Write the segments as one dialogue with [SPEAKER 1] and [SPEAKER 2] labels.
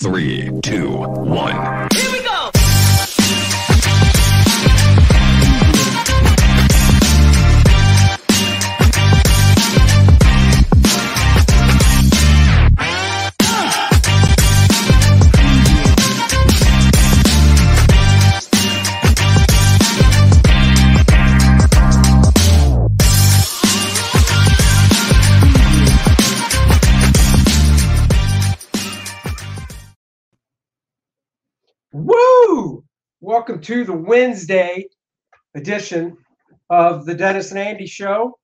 [SPEAKER 1] Three, two, one.
[SPEAKER 2] Here we go.
[SPEAKER 3] Woo! Welcome to the Wednesday edition of the Dennis and Andy Show.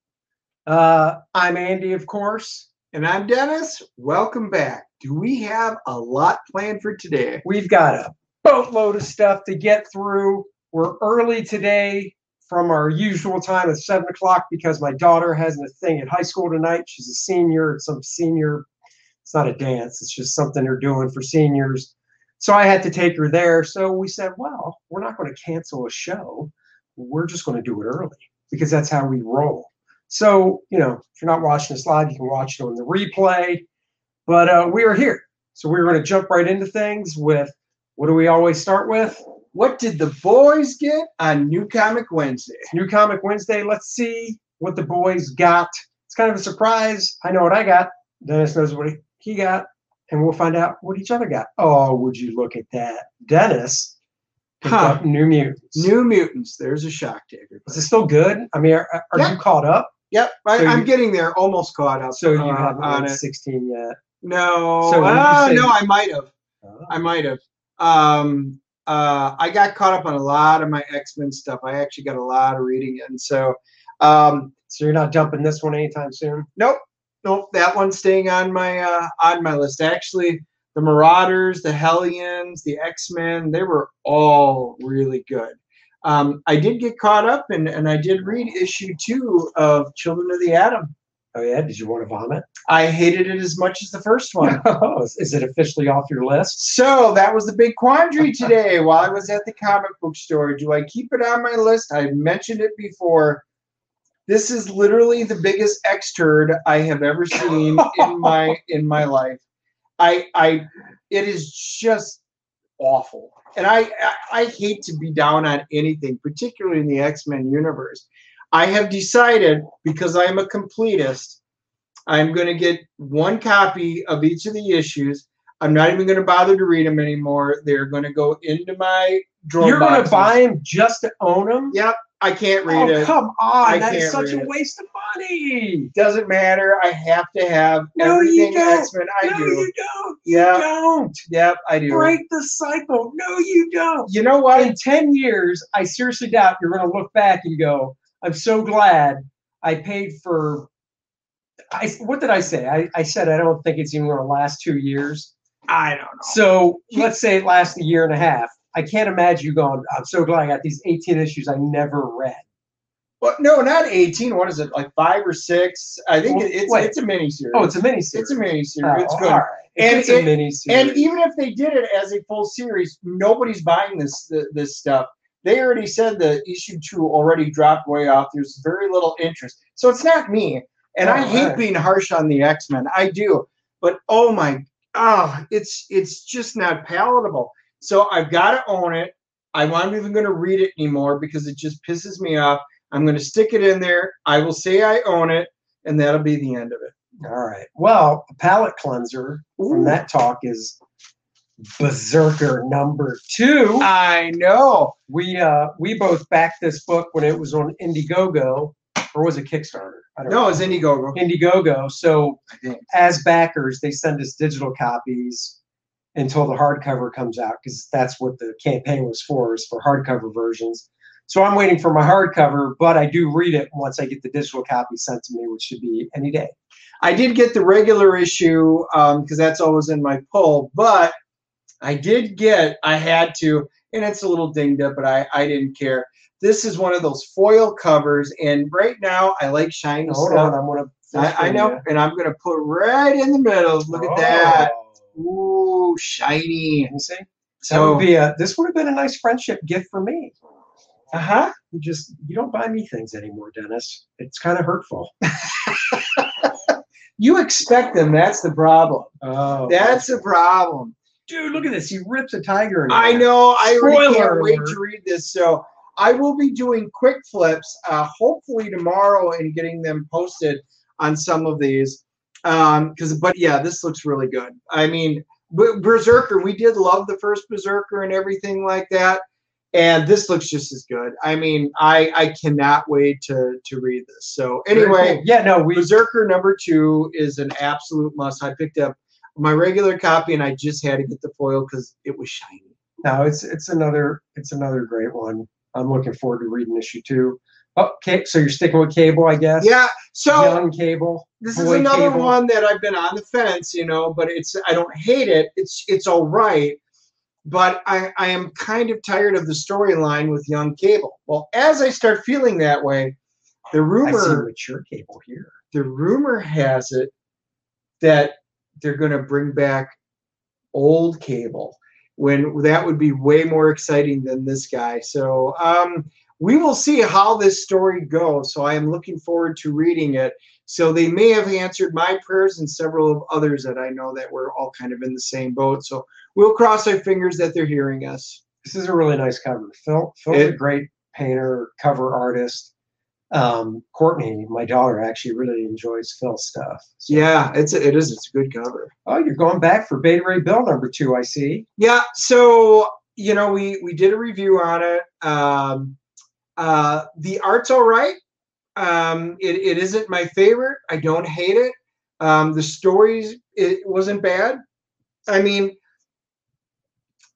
[SPEAKER 3] Uh, I'm Andy, of course.
[SPEAKER 4] And I'm Dennis. Welcome back. Do we have a lot planned for today?
[SPEAKER 3] We've got a boatload of stuff to get through. We're early today from our usual time of seven o'clock because my daughter has a thing at high school tonight. She's a senior. It's some senior. It's not a dance. It's just something they're doing for seniors. So I had to take her there. So we said, well, we're not going to cancel a show. We're just going to do it early because that's how we roll. So, you know, if you're not watching this live, you can watch it on the replay. But uh, we are here. So we're going to jump right into things with what do we always start with?
[SPEAKER 4] What did the boys get on New Comic Wednesday?
[SPEAKER 3] New Comic Wednesday. Let's see what the boys got. It's kind of a surprise. I know what I got. Dennis knows what he- he got, and we'll find out what each other got. Oh, would you look at that? Dennis picked
[SPEAKER 4] Huh.
[SPEAKER 3] up New Mutants.
[SPEAKER 4] New Mutants. There's a shock taker.
[SPEAKER 3] Is it still good? I mean, are, are
[SPEAKER 4] Yeah.
[SPEAKER 3] you caught up?
[SPEAKER 4] Yep, I,
[SPEAKER 3] So
[SPEAKER 4] I'm
[SPEAKER 3] you-
[SPEAKER 4] getting there. Almost caught up.
[SPEAKER 3] So you
[SPEAKER 4] uh,
[SPEAKER 3] haven't
[SPEAKER 4] on
[SPEAKER 3] read
[SPEAKER 4] it.
[SPEAKER 3] 16 yet.
[SPEAKER 4] No.
[SPEAKER 3] So you
[SPEAKER 4] oh,
[SPEAKER 3] say-
[SPEAKER 4] no, I might have.
[SPEAKER 3] Oh.
[SPEAKER 4] I might have. Um, uh, I got caught up on a lot of my X Men stuff. I actually got a lot of reading, and so um,
[SPEAKER 3] So you're not dumping this one anytime soon?
[SPEAKER 4] Nope, nope. That one's staying on my uh, on my list. Actually, the Marauders, the Hellions, the X Men, they were all really good. Um, I did get caught up and and I did read issue two of Children of the Atom.
[SPEAKER 3] Oh, yeah. Did you want to vomit?
[SPEAKER 4] I hated it as much as the first one.
[SPEAKER 3] Oh, is- is it officially off your list?
[SPEAKER 4] So that was the big quandary today while I was at the comic book store. Do I keep it on my list? I've mentioned it before. This is literally the biggest X turd I have ever seen in my in my life. I I it is just awful. And I I, I hate to be down on anything, particularly in the X-Men universe. I have decided because I am a completist, I'm going to get one copy of each of the issues I'm not even going to bother to read them anymore. They're going to go into my drawer.
[SPEAKER 3] You're going to
[SPEAKER 4] boxes.
[SPEAKER 3] buy them just to own them?
[SPEAKER 4] Yep, I can't read
[SPEAKER 3] oh,
[SPEAKER 4] it.
[SPEAKER 3] come on.
[SPEAKER 4] I
[SPEAKER 3] that is
[SPEAKER 4] can't
[SPEAKER 3] such a
[SPEAKER 4] read it.
[SPEAKER 3] waste of money.
[SPEAKER 4] Doesn't matter. I have to have
[SPEAKER 3] No, you
[SPEAKER 4] everything
[SPEAKER 3] don't.
[SPEAKER 4] X-Men. I
[SPEAKER 3] no,
[SPEAKER 4] do.
[SPEAKER 3] you don't.
[SPEAKER 4] Yep,
[SPEAKER 3] Don't.
[SPEAKER 4] yep, I do.
[SPEAKER 3] Break the cycle. No, you don't.
[SPEAKER 4] You know what?
[SPEAKER 3] In 10 years, I seriously doubt you're going to look back and go, I'm so glad I paid for. I, what did I say? I, I said I don't think it's even going to last two years.
[SPEAKER 4] I don't know.
[SPEAKER 3] So let's say it lasts a year and a half. I can't imagine you going, I'm so glad I got these 18 issues I never read.
[SPEAKER 4] But no, not 18. What is it? Like five or six? I think
[SPEAKER 3] Well,
[SPEAKER 4] it it's
[SPEAKER 3] wait.
[SPEAKER 4] it's a miniseries.
[SPEAKER 3] Oh, it's a mini
[SPEAKER 4] it's
[SPEAKER 3] series.
[SPEAKER 4] a miniseries.
[SPEAKER 3] Oh,
[SPEAKER 4] it's good.
[SPEAKER 3] all right.
[SPEAKER 4] And
[SPEAKER 3] it's a
[SPEAKER 4] it-
[SPEAKER 3] mini series.
[SPEAKER 4] And even if they did it as a full series, nobody's buying this th- this stuff. They already said the issue two already dropped way off. There's very little interest, so it's not me. And I
[SPEAKER 3] Oh,
[SPEAKER 4] hate
[SPEAKER 3] right.
[SPEAKER 4] being harsh on the X Men. I do, but oh my, ah, it's it's just not palatable. So I've got to own it. I'm not even going to read it anymore because it just pisses me off. I'm going to stick it in there. I will say I own it, and that'll be the end of it.
[SPEAKER 3] All right. Well, a palate cleanser from
[SPEAKER 4] Ooh.
[SPEAKER 3] that talk is Berserker number two.
[SPEAKER 4] I know.
[SPEAKER 3] We uh we both backed this book when it was on Indiegogo, or was it Kickstarter? I don't
[SPEAKER 4] No,
[SPEAKER 3] know.
[SPEAKER 4] it's Indiegogo.
[SPEAKER 3] Indiegogo. So
[SPEAKER 4] I think.
[SPEAKER 3] as backers, they send us digital copies until the hardcover comes out because that's what the campaign was for is for hardcover versions. So I'm waiting for my hardcover, but I do read it once I get the digital copy sent to me, which should be any day.
[SPEAKER 4] I did get the regular issue because that's always in my pull, but I did get, I had to, and it's a little dinged up, but I, I didn't care. This is one of those foil covers, and right now I like shiny
[SPEAKER 3] Hold on,
[SPEAKER 4] stuff.
[SPEAKER 3] I'm gonna.
[SPEAKER 4] I, I know, and I'm going to put right in the middle. Look
[SPEAKER 3] Oh.
[SPEAKER 4] at that. Ooh, shiny.
[SPEAKER 3] Can you see? that
[SPEAKER 4] So,
[SPEAKER 3] would be a. This would have been a nice friendship gift for me.
[SPEAKER 4] uh huh.
[SPEAKER 3] You just you don't buy me things anymore, Dennis. It's kind of hurtful.
[SPEAKER 4] You expect them. That's the problem.
[SPEAKER 3] Oh,
[SPEAKER 4] That's the problem.
[SPEAKER 3] dude, look at this. He rips a tiger. In
[SPEAKER 4] I
[SPEAKER 3] half.
[SPEAKER 4] know. I really
[SPEAKER 3] Spoiler
[SPEAKER 4] can't wait
[SPEAKER 3] alert.
[SPEAKER 4] to read this. So I will be doing quick flips, uh, hopefully tomorrow, and getting them posted on some of these. Um, because but yeah, this looks really good. I mean, B- Berserker, we did love the first Berserker and everything like that, and this looks just as good. I mean, I I cannot wait to to read this. So
[SPEAKER 3] Very
[SPEAKER 4] anyway,
[SPEAKER 3] cool. yeah, no, we
[SPEAKER 4] Berserker number two is an absolute must. I picked up my regular copy and I just had to get the foil because it was shiny.
[SPEAKER 3] no, it's it's another it's another great one. I'm looking forward to reading issue two. Okay, so you're sticking with cable, I guess.
[SPEAKER 4] Yeah. So
[SPEAKER 3] young cable.
[SPEAKER 4] this is
[SPEAKER 3] boy
[SPEAKER 4] another
[SPEAKER 3] cable.
[SPEAKER 4] one that I've been on the fence, you know, but it's I don't hate it. It's it's all right. But I, I am kind of tired of the storyline with young cable. Well, as I start feeling that way, the
[SPEAKER 3] I see
[SPEAKER 4] rumor
[SPEAKER 3] mature cable here.
[SPEAKER 4] the rumor has it that they're gonna bring back old cable when that would be way more exciting than this guy. So um we will see how this story goes. So I am looking forward to reading it. So they may have answered my prayers and several of others that I know that we're all kind of in the same boat. So we'll cross our fingers that they're hearing us.
[SPEAKER 3] This is a really nice cover. Phil Phil's a
[SPEAKER 4] It-
[SPEAKER 3] great painter, cover artist. Um, Courtney, my daughter, actually really enjoys Phil's stuff. So-
[SPEAKER 4] Yeah, it's a, it is. It's a good cover.
[SPEAKER 3] Oh, you're going back for Beta Ray Bill number two, I see.
[SPEAKER 4] Yeah. So you know we we did a review on it. Um, uh, the art's all right. Um, it, it isn't my favorite. I don't hate it. Um, the stories it wasn't bad. I mean,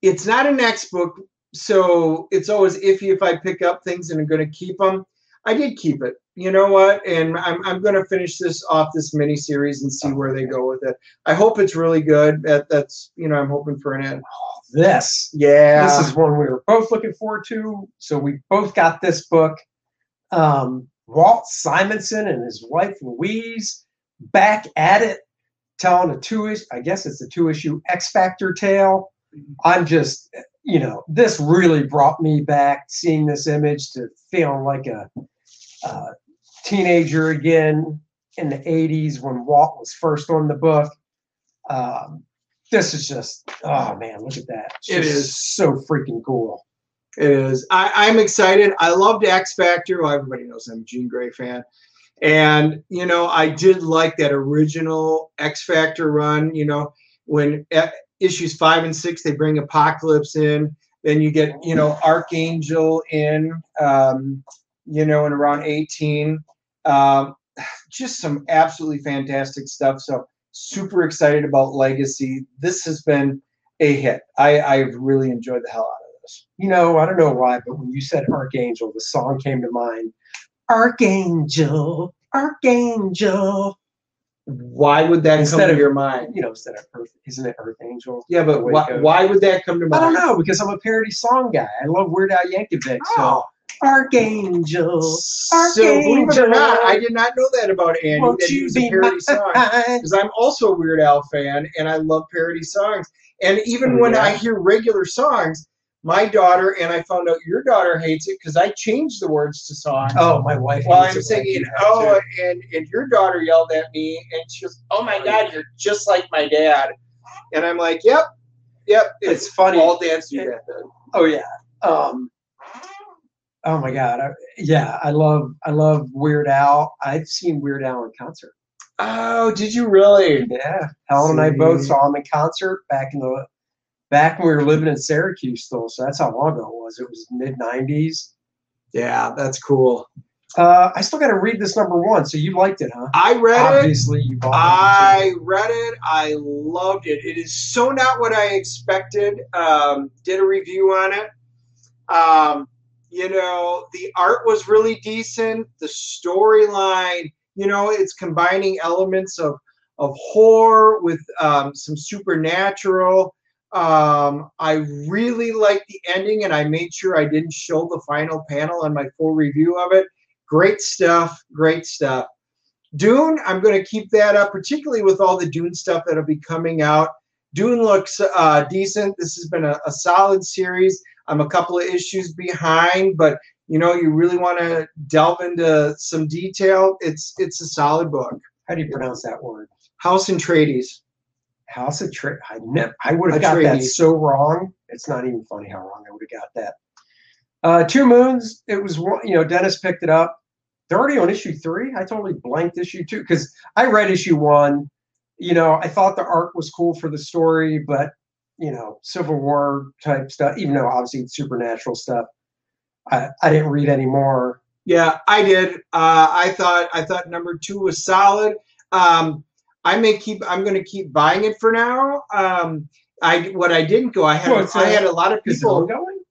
[SPEAKER 4] it's not an next book, so it's always iffy if I pick up things and I'm going to keep them. I did keep it. You know what? And I'm, I'm going to finish this off this mini series and see where they go with it. I hope it's really good. That that's you know I'm hoping for an end.
[SPEAKER 3] This.
[SPEAKER 4] Yeah.
[SPEAKER 3] This is one we were both looking forward to. So we both got this book. Um, Walt Simonson and his wife Louise back at it, telling a two issue, I guess it's a two issue X Factor tale. I'm just, you know, this really brought me back seeing this image to feeling like a uh, teenager again in the 80s when Walt was first on the book. Um, this is just, oh man, look at that. It's
[SPEAKER 4] It
[SPEAKER 3] just
[SPEAKER 4] is.
[SPEAKER 3] so freaking cool.
[SPEAKER 4] It is. I, I'm excited. I loved X Factor. Well, everybody knows I'm a Jean Grey fan. And, you know, I did like that original X Factor run, you know, when e- issues five and six, they bring Apocalypse in. Then you get, you know, Archangel in, um, you know, in around 18. Um, just some absolutely fantastic stuff. So, super excited about Legacy. This has been a hit. I, I've really enjoyed the hell out of it.
[SPEAKER 3] You know, I don't know why, but when you said Archangel, the song came to mind. Archangel, Archangel.
[SPEAKER 4] Why would that
[SPEAKER 3] Instead
[SPEAKER 4] come to
[SPEAKER 3] of-
[SPEAKER 4] your mind?
[SPEAKER 3] You know, instead of Earth, isn't it Earth Angel?
[SPEAKER 4] Yeah, but
[SPEAKER 3] way it
[SPEAKER 4] why,
[SPEAKER 3] goes.
[SPEAKER 4] why would that come to
[SPEAKER 3] I
[SPEAKER 4] mind?
[SPEAKER 3] don't know because I'm a parody song guy. I love Weird Al Yankovic. So
[SPEAKER 4] Oh.
[SPEAKER 3] Archangel,
[SPEAKER 4] So believe it or not, I did not know that about Andy.
[SPEAKER 3] won't
[SPEAKER 4] that he
[SPEAKER 3] you
[SPEAKER 4] was a
[SPEAKER 3] be
[SPEAKER 4] parody song.
[SPEAKER 3] mine?
[SPEAKER 4] Because I'm also a Weird Al fan, and I love parody songs. And even
[SPEAKER 3] Oh,
[SPEAKER 4] when
[SPEAKER 3] yeah.
[SPEAKER 4] I hear regular songs, my daughter and I found out your daughter hates it because I changed the words to songs.
[SPEAKER 3] Oh, my wife.
[SPEAKER 4] While
[SPEAKER 3] hates it when
[SPEAKER 4] I'm
[SPEAKER 3] I do
[SPEAKER 4] singing,
[SPEAKER 3] that, too.
[SPEAKER 4] oh, and, and your daughter yelled at me, and she goes, oh my God, you're just like my dad. And I'm like, yep, yep.
[SPEAKER 3] It's funny.
[SPEAKER 4] All dance you that then.
[SPEAKER 3] Oh yeah. Um, oh my God. I, yeah, I love I love Weird Al. I've seen Weird Al in concert.
[SPEAKER 4] Oh, did you really?
[SPEAKER 3] Yeah, Helen and I both
[SPEAKER 4] See.
[SPEAKER 3] saw him in concert back in the back when we were living in Syracuse still. So that's how long ago it was. It was mid '90s.
[SPEAKER 4] Yeah, that's cool.
[SPEAKER 3] Uh, I still got to read this number one. So you liked it, huh?
[SPEAKER 4] I read it.
[SPEAKER 3] Obviously, you bought it.
[SPEAKER 4] I read it. I loved it. It is so not what I expected. Um, did a review on it. Um, you know, the art was really decent. The storyline, you know, it's combining elements of of horror with um, some supernatural. Um, I really liked the ending, and I made sure I didn't show the final panel in my full review of it. Great stuff. Great stuff. Dune, I'm going to keep that up, particularly with all the Dune stuff that'll be coming out. Dune looks uh, decent. This has been a, a solid series. I'm a couple of issues behind, but you know, you really want to delve into some detail. It's it's a solid book.
[SPEAKER 3] How do you pronounce that word?
[SPEAKER 4] House and Trades.
[SPEAKER 3] House of Trade. I never. I would have got that
[SPEAKER 4] Atreides.
[SPEAKER 3] so wrong. It's not even funny how wrong I would have got that. Uh, Two Moons. It was one. You know, Dennis picked it up. They're already on issue three. I totally blanked issue two because I read issue one. You know, I thought the art was cool for the story, but you know, Civil War type stuff. Even though obviously it's supernatural stuff, I, I didn't read any more.
[SPEAKER 4] Yeah, I did. Uh, I thought I thought number two was solid. Um, I may keep. I'm going to keep buying it for now. Um, I what I didn't go. I had
[SPEAKER 3] Well, it's,
[SPEAKER 4] I
[SPEAKER 3] uh,
[SPEAKER 4] had a lot of
[SPEAKER 3] Is it
[SPEAKER 4] people.
[SPEAKER 3] ongoing?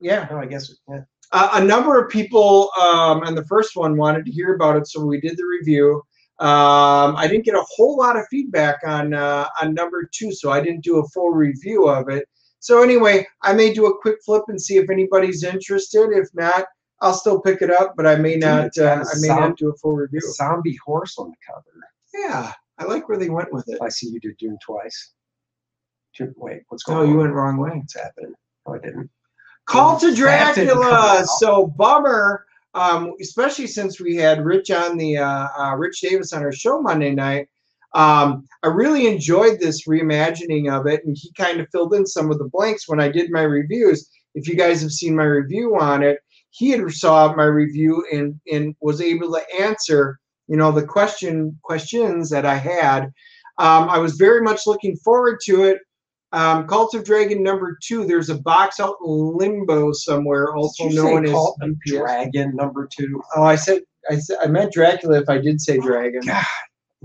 [SPEAKER 4] Yeah,
[SPEAKER 3] No, I guess. it- Yeah.
[SPEAKER 4] uh, a number of people um, and the first one wanted to hear about it so we did the review um, i didn't get a whole lot of feedback on uh, on number two so i didn't do a full review of it so anyway i may do a quick flip and see if anybody's interested if not i'll still pick it up but i may
[SPEAKER 3] Dude,
[SPEAKER 4] not
[SPEAKER 3] it's
[SPEAKER 4] uh,
[SPEAKER 3] got a
[SPEAKER 4] i may
[SPEAKER 3] sound-
[SPEAKER 4] not do a full review
[SPEAKER 3] Zombie horse on the cover.
[SPEAKER 4] yeah i like where they went with it
[SPEAKER 3] I see you did Dune twice. Dune, wait, what's going
[SPEAKER 4] oh
[SPEAKER 3] on?
[SPEAKER 4] you went wrong way
[SPEAKER 3] What's happening? No, I didn't.
[SPEAKER 4] Call to
[SPEAKER 3] That didn't come
[SPEAKER 4] Dracula.
[SPEAKER 3] out.
[SPEAKER 4] So bummer, um, especially since we had Rich on the uh, uh, Rich Davis on our show Monday night. Um, I really enjoyed this reimagining of it, and he kind of filled in some of the blanks when I did my reviews. If you guys have seen my review on it, he had saw my review and and was able to answer you know the question questions that I had. Um, I was very much looking forward to it. Um, Cult of Dragon number two. There's a box out in limbo somewhere, also
[SPEAKER 3] Did you
[SPEAKER 4] known
[SPEAKER 3] say
[SPEAKER 4] as.
[SPEAKER 3] Cult of
[SPEAKER 4] Yes.
[SPEAKER 3] Dragon number two?
[SPEAKER 4] Oh, I said I said I meant Dracula. If I did
[SPEAKER 3] Oh,
[SPEAKER 4] say dragon,
[SPEAKER 3] God,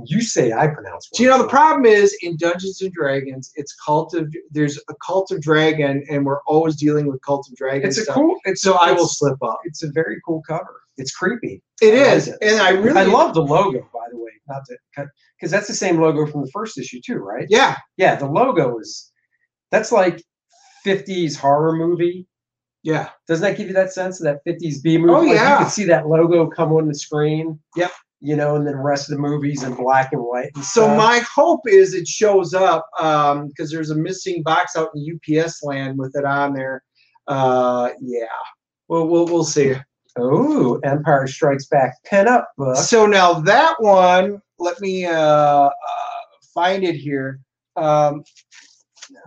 [SPEAKER 3] you say I pronounce.
[SPEAKER 4] so you know the
[SPEAKER 3] words wrong.
[SPEAKER 4] problem is in Dungeons and Dragons, it's Cult of. There's a Cult of Dragon, and we're always dealing with Cult of Dragon.
[SPEAKER 3] It's a
[SPEAKER 4] stuff.
[SPEAKER 3] cool. It's
[SPEAKER 4] So I will
[SPEAKER 3] It's,
[SPEAKER 4] slip up.
[SPEAKER 3] it's a very cool cover. It's creepy.
[SPEAKER 4] It
[SPEAKER 3] I like
[SPEAKER 4] is,
[SPEAKER 3] it.
[SPEAKER 4] and I really
[SPEAKER 3] I love the logo, by the way. Not to cut because that's the same logo from the first issue too, right?
[SPEAKER 4] Yeah,
[SPEAKER 3] Yeah, the logo is. That's like 50s horror movie.
[SPEAKER 4] yeah,
[SPEAKER 3] Doesn't that give you that sense of that 50s B movie?
[SPEAKER 4] Oh,
[SPEAKER 3] Like,
[SPEAKER 4] yeah.
[SPEAKER 3] you can see that logo come on the screen.
[SPEAKER 4] Yep.
[SPEAKER 3] You know, and then the rest of the movies in black and white. and
[SPEAKER 4] So
[SPEAKER 3] stuff.
[SPEAKER 4] my hope is it shows up because there's a missing box out in UPS land with it on there. Uh, yeah. Well, we'll we'll see.
[SPEAKER 3] Oh, Empire Strikes Back pinup book.
[SPEAKER 4] So now that one, let me uh, uh, find it here. Um,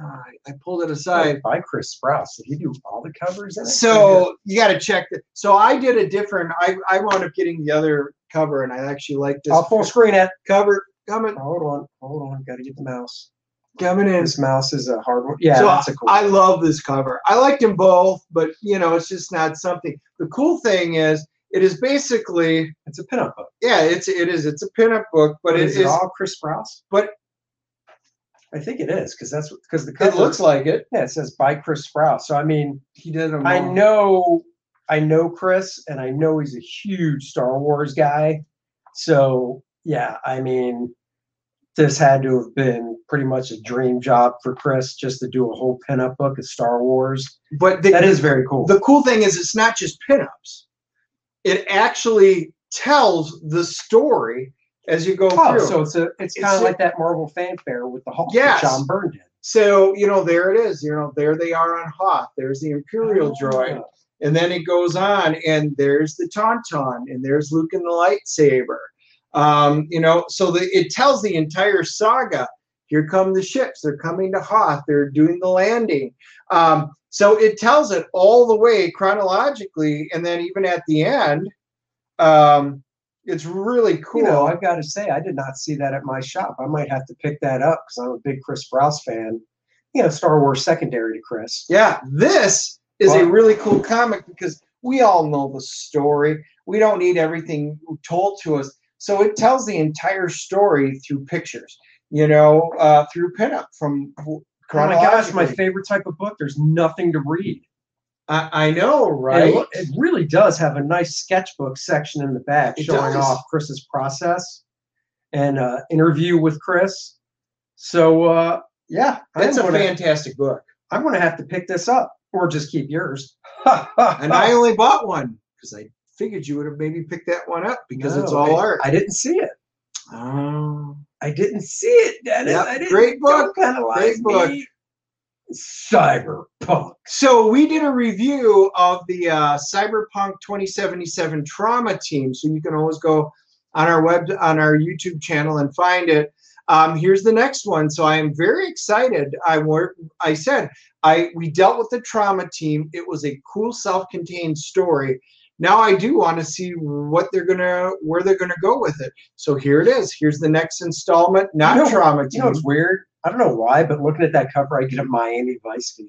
[SPEAKER 4] I I pulled it aside.
[SPEAKER 3] by Chris Sprouse. Did he do all the covers? In it?
[SPEAKER 4] So you got to check that. So I did a different. I I wound up getting the other cover, and I actually like this
[SPEAKER 3] I'll full screen it.
[SPEAKER 4] cover coming
[SPEAKER 3] Hold on, hold on. Got to get the mouse.
[SPEAKER 4] coming in.
[SPEAKER 3] This mouse is a hard one. Yeah,
[SPEAKER 4] so
[SPEAKER 3] that's a cool.
[SPEAKER 4] I love this cover. I liked them both, but you know, it's just not something. The cool thing is, it is basically,
[SPEAKER 3] it's a pinup book,
[SPEAKER 4] yeah, it's it is it's a pinup book, but it
[SPEAKER 3] is
[SPEAKER 4] is.
[SPEAKER 3] it all Chris Sprouse?
[SPEAKER 4] but-
[SPEAKER 3] I think it is because that's because the
[SPEAKER 4] it
[SPEAKER 3] cover
[SPEAKER 4] looks like it.
[SPEAKER 3] yeah, it says by Chris Sprouse. So I mean,
[SPEAKER 4] He did them.
[SPEAKER 3] I
[SPEAKER 4] all.
[SPEAKER 3] know, I know Chris, and I know he's a huge Star Wars guy. So yeah, I mean, this had to have been pretty much a dream job for Chris just to do a whole pinup book of Star Wars.
[SPEAKER 4] but the,
[SPEAKER 3] That is very cool.
[SPEAKER 4] the cool thing is, it's not just pinups. It actually tells the story as you go
[SPEAKER 3] Oh,
[SPEAKER 4] through.
[SPEAKER 3] so it's a it's kind
[SPEAKER 4] It's
[SPEAKER 3] of
[SPEAKER 4] a-
[SPEAKER 3] like that Marvel fanfare with the Hulk
[SPEAKER 4] Yes.
[SPEAKER 3] that John Byrne did.
[SPEAKER 4] So, you know, there it is. You know, there they are on Hoth. There's the Imperial
[SPEAKER 3] Oh.
[SPEAKER 4] droid. And then it goes on, and there's the Tauntaun, and there's Luke and the lightsaber. Um, you know, so the, it tells the entire saga. Here come the ships. They're coming to Hoth. They're doing the landing. Um, so it tells it all the way chronologically, and then even at the end, um, it's really cool.
[SPEAKER 3] You know, I've got to say, I did not see that at my shop. I might have to pick that up because I'm a big Chris Sprouse fan. You know, Star Wars secondary to Chris.
[SPEAKER 4] Yeah, this is a
[SPEAKER 3] Well-
[SPEAKER 4] really cool comic because we all know the story. We don't need everything told to us. So it tells the entire story through pictures, you know, uh, through pinup from
[SPEAKER 3] Oh my gosh, my
[SPEAKER 4] chronologically.
[SPEAKER 3] favorite type of book. There's nothing to read.
[SPEAKER 4] I, I know,
[SPEAKER 3] And
[SPEAKER 4] right?
[SPEAKER 3] It, lo- it really does have a nice sketchbook section in the back
[SPEAKER 4] It
[SPEAKER 3] showing
[SPEAKER 4] does.
[SPEAKER 3] off Chris's process and uh, interview with Chris. So uh, yeah,
[SPEAKER 4] That's
[SPEAKER 3] I'm
[SPEAKER 4] a
[SPEAKER 3] gonna,
[SPEAKER 4] fantastic book.
[SPEAKER 3] I'm gonna have to pick this up or just keep yours.
[SPEAKER 4] And I only bought one because I figured you would have maybe picked that one up because it's
[SPEAKER 3] No, um,
[SPEAKER 4] all
[SPEAKER 3] I-
[SPEAKER 4] art.
[SPEAKER 3] I didn't see it.
[SPEAKER 4] Oh.
[SPEAKER 3] I didn't see it, Dennis.
[SPEAKER 4] Yep,
[SPEAKER 3] I didn't
[SPEAKER 4] great book,
[SPEAKER 3] Kind of
[SPEAKER 4] great book.
[SPEAKER 3] Cyberpunk.
[SPEAKER 4] So we did a review of the uh, Cyberpunk 2077 Trauma Team. So you can always go on our web on our YouTube channel and find it. Um, here's the next one. So I am very excited. I were I said I we dealt with the trauma team. It was a cool self-contained story. Now I do want to see what they're gonna where they're gonna go with it. So here it is. Here's the next installment. Not
[SPEAKER 3] You know-
[SPEAKER 4] trauma
[SPEAKER 3] You
[SPEAKER 4] team.
[SPEAKER 3] know, it's weird. I don't know why, but looking at that cover, I get a Miami Vice feel.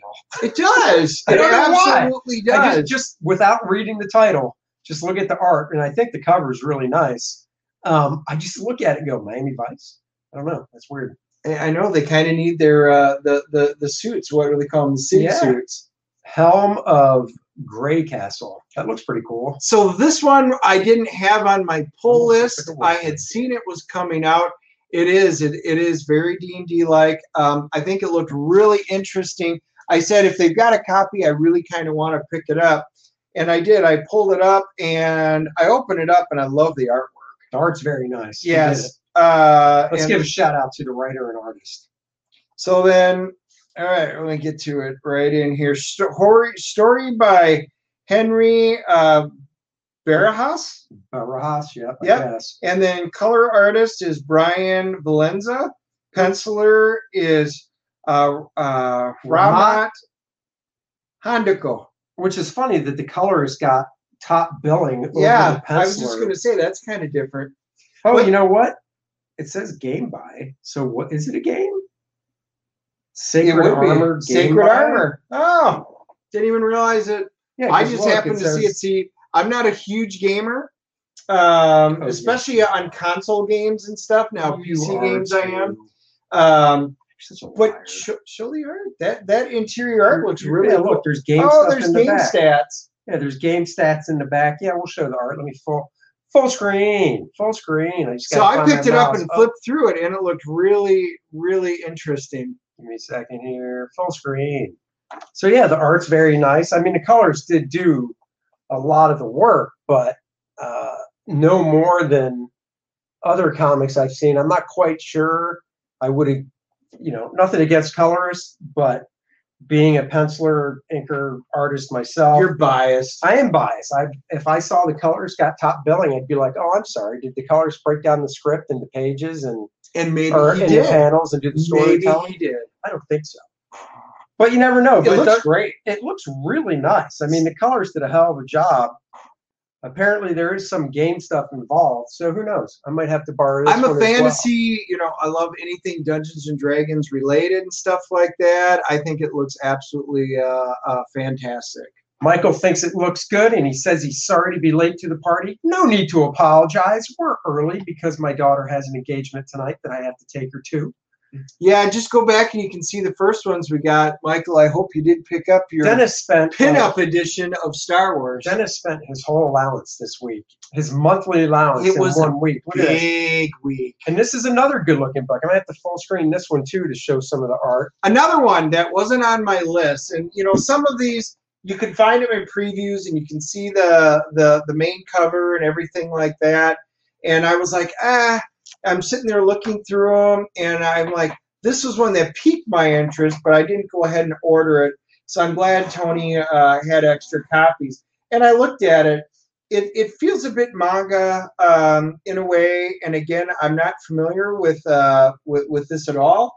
[SPEAKER 4] it does.
[SPEAKER 3] I
[SPEAKER 4] It
[SPEAKER 3] don't know why.
[SPEAKER 4] absolutely
[SPEAKER 3] I
[SPEAKER 4] does.
[SPEAKER 3] just, just without reading the title, just look at the art, and I think the cover is really nice. Um, I just look at it and go, Miami Vice. I don't know. That's weird.
[SPEAKER 4] I I know they kind of need their uh, the the the suits. What do they call them? The city
[SPEAKER 3] Yeah.
[SPEAKER 4] suits.
[SPEAKER 3] Helm of Grey Castle. That looks pretty cool.
[SPEAKER 4] So this one I didn't have on my pull
[SPEAKER 3] Oh, it's like
[SPEAKER 4] list.
[SPEAKER 3] a
[SPEAKER 4] I
[SPEAKER 3] wolf
[SPEAKER 4] had
[SPEAKER 3] thing.
[SPEAKER 4] seen it was coming out. It is. It, it is very D and D like. Um, I think it looked really interesting. I said if they've got a copy, I really kind of want to pick it up, and I did. I pulled it up and I opened it up, and I love the artwork.
[SPEAKER 3] The art's very nice. He did it.
[SPEAKER 4] Yes. Uh,
[SPEAKER 3] Let's
[SPEAKER 4] and-
[SPEAKER 3] give a shout out to the writer and artist.
[SPEAKER 4] So then, all right, let me get to it right in here. Sto- horror, story by Henry uh, Barajas,
[SPEAKER 3] Uh, Rojas, yep.
[SPEAKER 4] Yep.
[SPEAKER 3] Yes.
[SPEAKER 4] and then color artist is Brian Valenza. Penciler is uh, uh, Ramat
[SPEAKER 3] Ramat.
[SPEAKER 4] Hondico.
[SPEAKER 3] Which is funny that the color has got top billing. Over
[SPEAKER 4] Yeah,
[SPEAKER 3] the
[SPEAKER 4] I was just
[SPEAKER 3] penciler.
[SPEAKER 4] going to say that's kind of different.
[SPEAKER 3] Oh,
[SPEAKER 4] What-
[SPEAKER 3] you know what? It says game by. So what is it a game?
[SPEAKER 4] It
[SPEAKER 3] Sacred
[SPEAKER 4] would be
[SPEAKER 3] armor. Game
[SPEAKER 4] Sacred
[SPEAKER 3] By?
[SPEAKER 4] Armor. Oh, didn't even realize it.
[SPEAKER 3] Yeah,
[SPEAKER 4] I
[SPEAKER 3] 'cause
[SPEAKER 4] just
[SPEAKER 3] look,
[SPEAKER 4] happened to see it.
[SPEAKER 3] says-
[SPEAKER 4] See, I'm not a huge gamer, um,
[SPEAKER 3] Oh, yeah.
[SPEAKER 4] especially on console games and stuff. Now
[SPEAKER 3] You
[SPEAKER 4] PC
[SPEAKER 3] are
[SPEAKER 4] games, I am.
[SPEAKER 3] too.
[SPEAKER 4] Um,
[SPEAKER 3] Such a
[SPEAKER 4] but
[SPEAKER 3] liar.
[SPEAKER 4] sh- show the art. That that interior art looks really
[SPEAKER 3] yeah,
[SPEAKER 4] cool.
[SPEAKER 3] look. There's game
[SPEAKER 4] oh,
[SPEAKER 3] stuff
[SPEAKER 4] there's
[SPEAKER 3] in the
[SPEAKER 4] game
[SPEAKER 3] back.
[SPEAKER 4] stats.
[SPEAKER 3] Yeah, there's game stats in the back. Yeah, we'll show the art. Let me full full screen, full screen. I just
[SPEAKER 4] So
[SPEAKER 3] gotta
[SPEAKER 4] I
[SPEAKER 3] find
[SPEAKER 4] picked
[SPEAKER 3] my
[SPEAKER 4] it up
[SPEAKER 3] mouse.
[SPEAKER 4] and
[SPEAKER 3] Oh,
[SPEAKER 4] flipped through it, and it looked really, really interesting.
[SPEAKER 3] Give me a second here. Full screen. So yeah, the art's very nice. I mean, the colors did do a lot of the work, but uh, no more than other comics I've seen. I'm not quite sure. I would, have you know, nothing against colorists, but being a penciler, inker, artist myself,
[SPEAKER 4] You're biased.
[SPEAKER 3] I am biased. I if I saw the colors got top billing, I'd be like, oh, I'm sorry. Did the colors break down the script and the pages and
[SPEAKER 4] and maybe
[SPEAKER 3] or
[SPEAKER 4] he
[SPEAKER 3] and the
[SPEAKER 4] did.
[SPEAKER 3] panels and do the
[SPEAKER 4] Maybe
[SPEAKER 3] storytelling?
[SPEAKER 4] he did.
[SPEAKER 3] I don't think so. But you never know.
[SPEAKER 4] It
[SPEAKER 3] But it,
[SPEAKER 4] looks
[SPEAKER 3] does-
[SPEAKER 4] great.
[SPEAKER 3] it looks really nice. I mean, the colors did a hell of a job. Apparently, there is some game stuff involved, so who knows? I might have to borrow this.
[SPEAKER 4] I'm a
[SPEAKER 3] one as well.
[SPEAKER 4] fantasy, you know, I love anything Dungeons and Dragons related and stuff like that. I think it looks absolutely uh, uh, fantastic.
[SPEAKER 3] Michael thinks it looks good, and he says he's sorry to be late to the party. No need to apologize. We're early because my daughter has an engagement tonight that I have to take her to.
[SPEAKER 4] Yeah, just go back and you can see the first ones we got. Michael, I hope you did pick up your uh,
[SPEAKER 3] Dennis spent uh,
[SPEAKER 4] pinup edition of Star Wars.
[SPEAKER 3] Dennis spent his whole allowance this week, his monthly allowance
[SPEAKER 4] It
[SPEAKER 3] in
[SPEAKER 4] was a
[SPEAKER 3] one week. Look at this.
[SPEAKER 4] Big week.
[SPEAKER 3] And this is another good-looking book. I'm gonna have to full screen this one too to show some of the art.
[SPEAKER 4] Another one that wasn't on my list, and you know, some of these you can find them in previews and you can see the the the main cover and everything like that. And I was like, ah, I'm sitting there looking through them, and I'm like, this was one that piqued my interest, but I didn't go ahead and order it. So I'm glad Tony uh, had extra copies. And I looked at it. It, it feels a bit manga um, in a way, and again, I'm not familiar with, uh, with with this at all.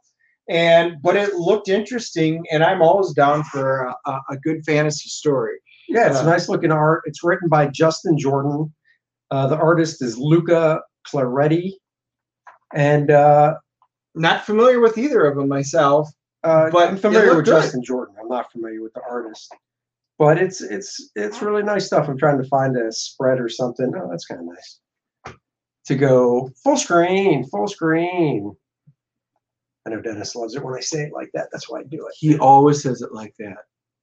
[SPEAKER 4] And but it looked interesting, and I'm always down for a, a- a good fantasy story.
[SPEAKER 3] Yeah, it's
[SPEAKER 4] Uh,
[SPEAKER 3] nice looking art. It's written by Justin Jordan. Uh, the artist is Luca Claretti. And uh,
[SPEAKER 4] Not familiar with either of them myself.
[SPEAKER 3] uh,
[SPEAKER 4] But
[SPEAKER 3] I'm
[SPEAKER 4] it
[SPEAKER 3] familiar
[SPEAKER 4] looked
[SPEAKER 3] with
[SPEAKER 4] good.
[SPEAKER 3] Justin Jordan. I'm not familiar with the artist. But it's it's it's really nice stuff. I'm trying to find a spread or something. Oh, that's kind of nice. To go full screen, full screen. I know Dennis loves it when I say it like that. That's why I do it.
[SPEAKER 4] He always says it like that.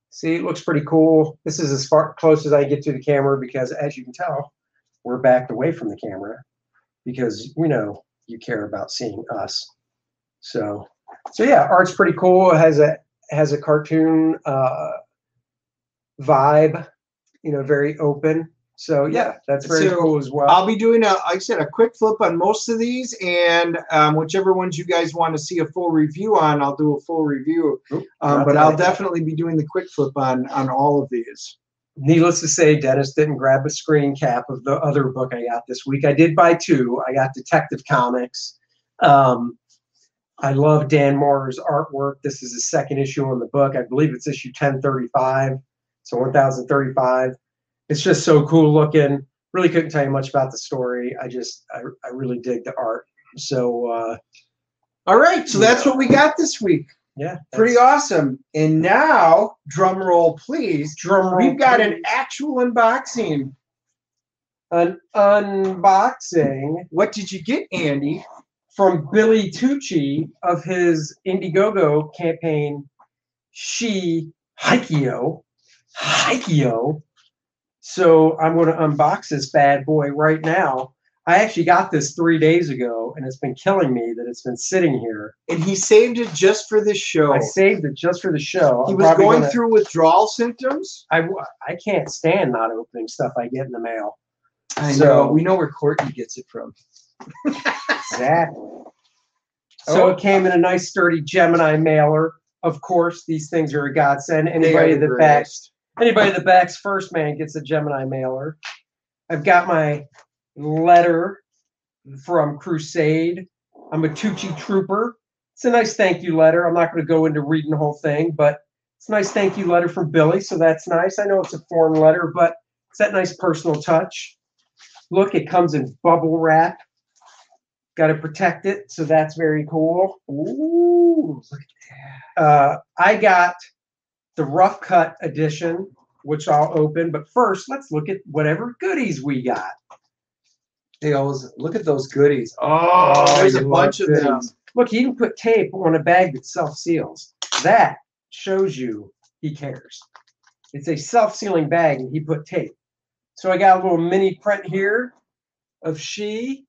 [SPEAKER 3] See, it looks pretty cool. This is as far close as I get to the camera because, as you can tell, we're backed away from the camera because we know you care about seeing us. So, so yeah, art's pretty cool. It has a has a cartoon uh, vibe, you know, very open. So yeah, that's very
[SPEAKER 4] So,
[SPEAKER 3] cool as well.
[SPEAKER 4] I'll be doing a, like I said, a quick flip on most of these, and um, whichever ones you guys want to see a full review on, I'll do a full review.
[SPEAKER 3] Oop,
[SPEAKER 4] Um,
[SPEAKER 3] not
[SPEAKER 4] but I'll
[SPEAKER 3] tonight.
[SPEAKER 4] definitely be doing the quick flip on on all of these.
[SPEAKER 3] Needless to say, Dennis didn't grab a screen cap of the other book I got this week. I did buy two. I got Detective Comics. Um, I love Dan Moore's artwork. This is his second issue in the book. I believe it's issue 1035. So 1035. It's just so cool looking. Really couldn't tell you much about the story. I just, I, I really dig the art. So, uh,
[SPEAKER 4] All right, so that's what we got this week.
[SPEAKER 3] yeah.
[SPEAKER 4] Pretty awesome. And now, drum roll, please.
[SPEAKER 3] drum roll.
[SPEAKER 4] We've got an
[SPEAKER 3] please.
[SPEAKER 4] actual unboxing.
[SPEAKER 3] an unboxing
[SPEAKER 4] What did you get, Andy?
[SPEAKER 3] from Billy Tucci of his Indiegogo campaign, She Hikio. Hikio. So I'm going to unbox this bad boy right now. I actually got this three days ago, and it's been killing me that it's been sitting here.
[SPEAKER 4] And he saved it just for this show.
[SPEAKER 3] I saved it just for the show.
[SPEAKER 4] Oh. He
[SPEAKER 3] I'm
[SPEAKER 4] was
[SPEAKER 3] probably
[SPEAKER 4] going
[SPEAKER 3] gonna-
[SPEAKER 4] through withdrawal symptoms.
[SPEAKER 3] I, w- I can't stand not opening stuff I get in the mail.
[SPEAKER 4] I
[SPEAKER 3] So-
[SPEAKER 4] know. We know where Courtney gets it from.
[SPEAKER 3] Exactly. So
[SPEAKER 4] Oh.
[SPEAKER 3] it came in a nice sturdy Gemini mailer. Of course, these things are a godsend.
[SPEAKER 4] They
[SPEAKER 3] Anybody
[SPEAKER 4] are the
[SPEAKER 3] that backs
[SPEAKER 4] greatest.
[SPEAKER 3] anybody that backs first man gets a Gemini mailer. I've got my letter from Crusade. I'm a Tucci trooper. It's a nice thank you letter. I'm not going to go into reading the whole thing, but it's a nice thank you letter from Billy. So that's nice. I know it's a form letter, but it's that nice personal touch. Look, it comes in bubble wrap. Got to protect it. So that's very cool. Ooh, look at that. Uh, I got the rough cut edition, which I'll open. But first, let's look at whatever goodies we got.
[SPEAKER 4] They always look at those goodies. Oh, there's a
[SPEAKER 3] you
[SPEAKER 4] bunch of
[SPEAKER 3] love
[SPEAKER 4] them.
[SPEAKER 3] goodies. Look, he even put tape on a bag that self seals. That shows you he cares. It's a self sealing bag, and he put tape. So I got a little mini print here of she.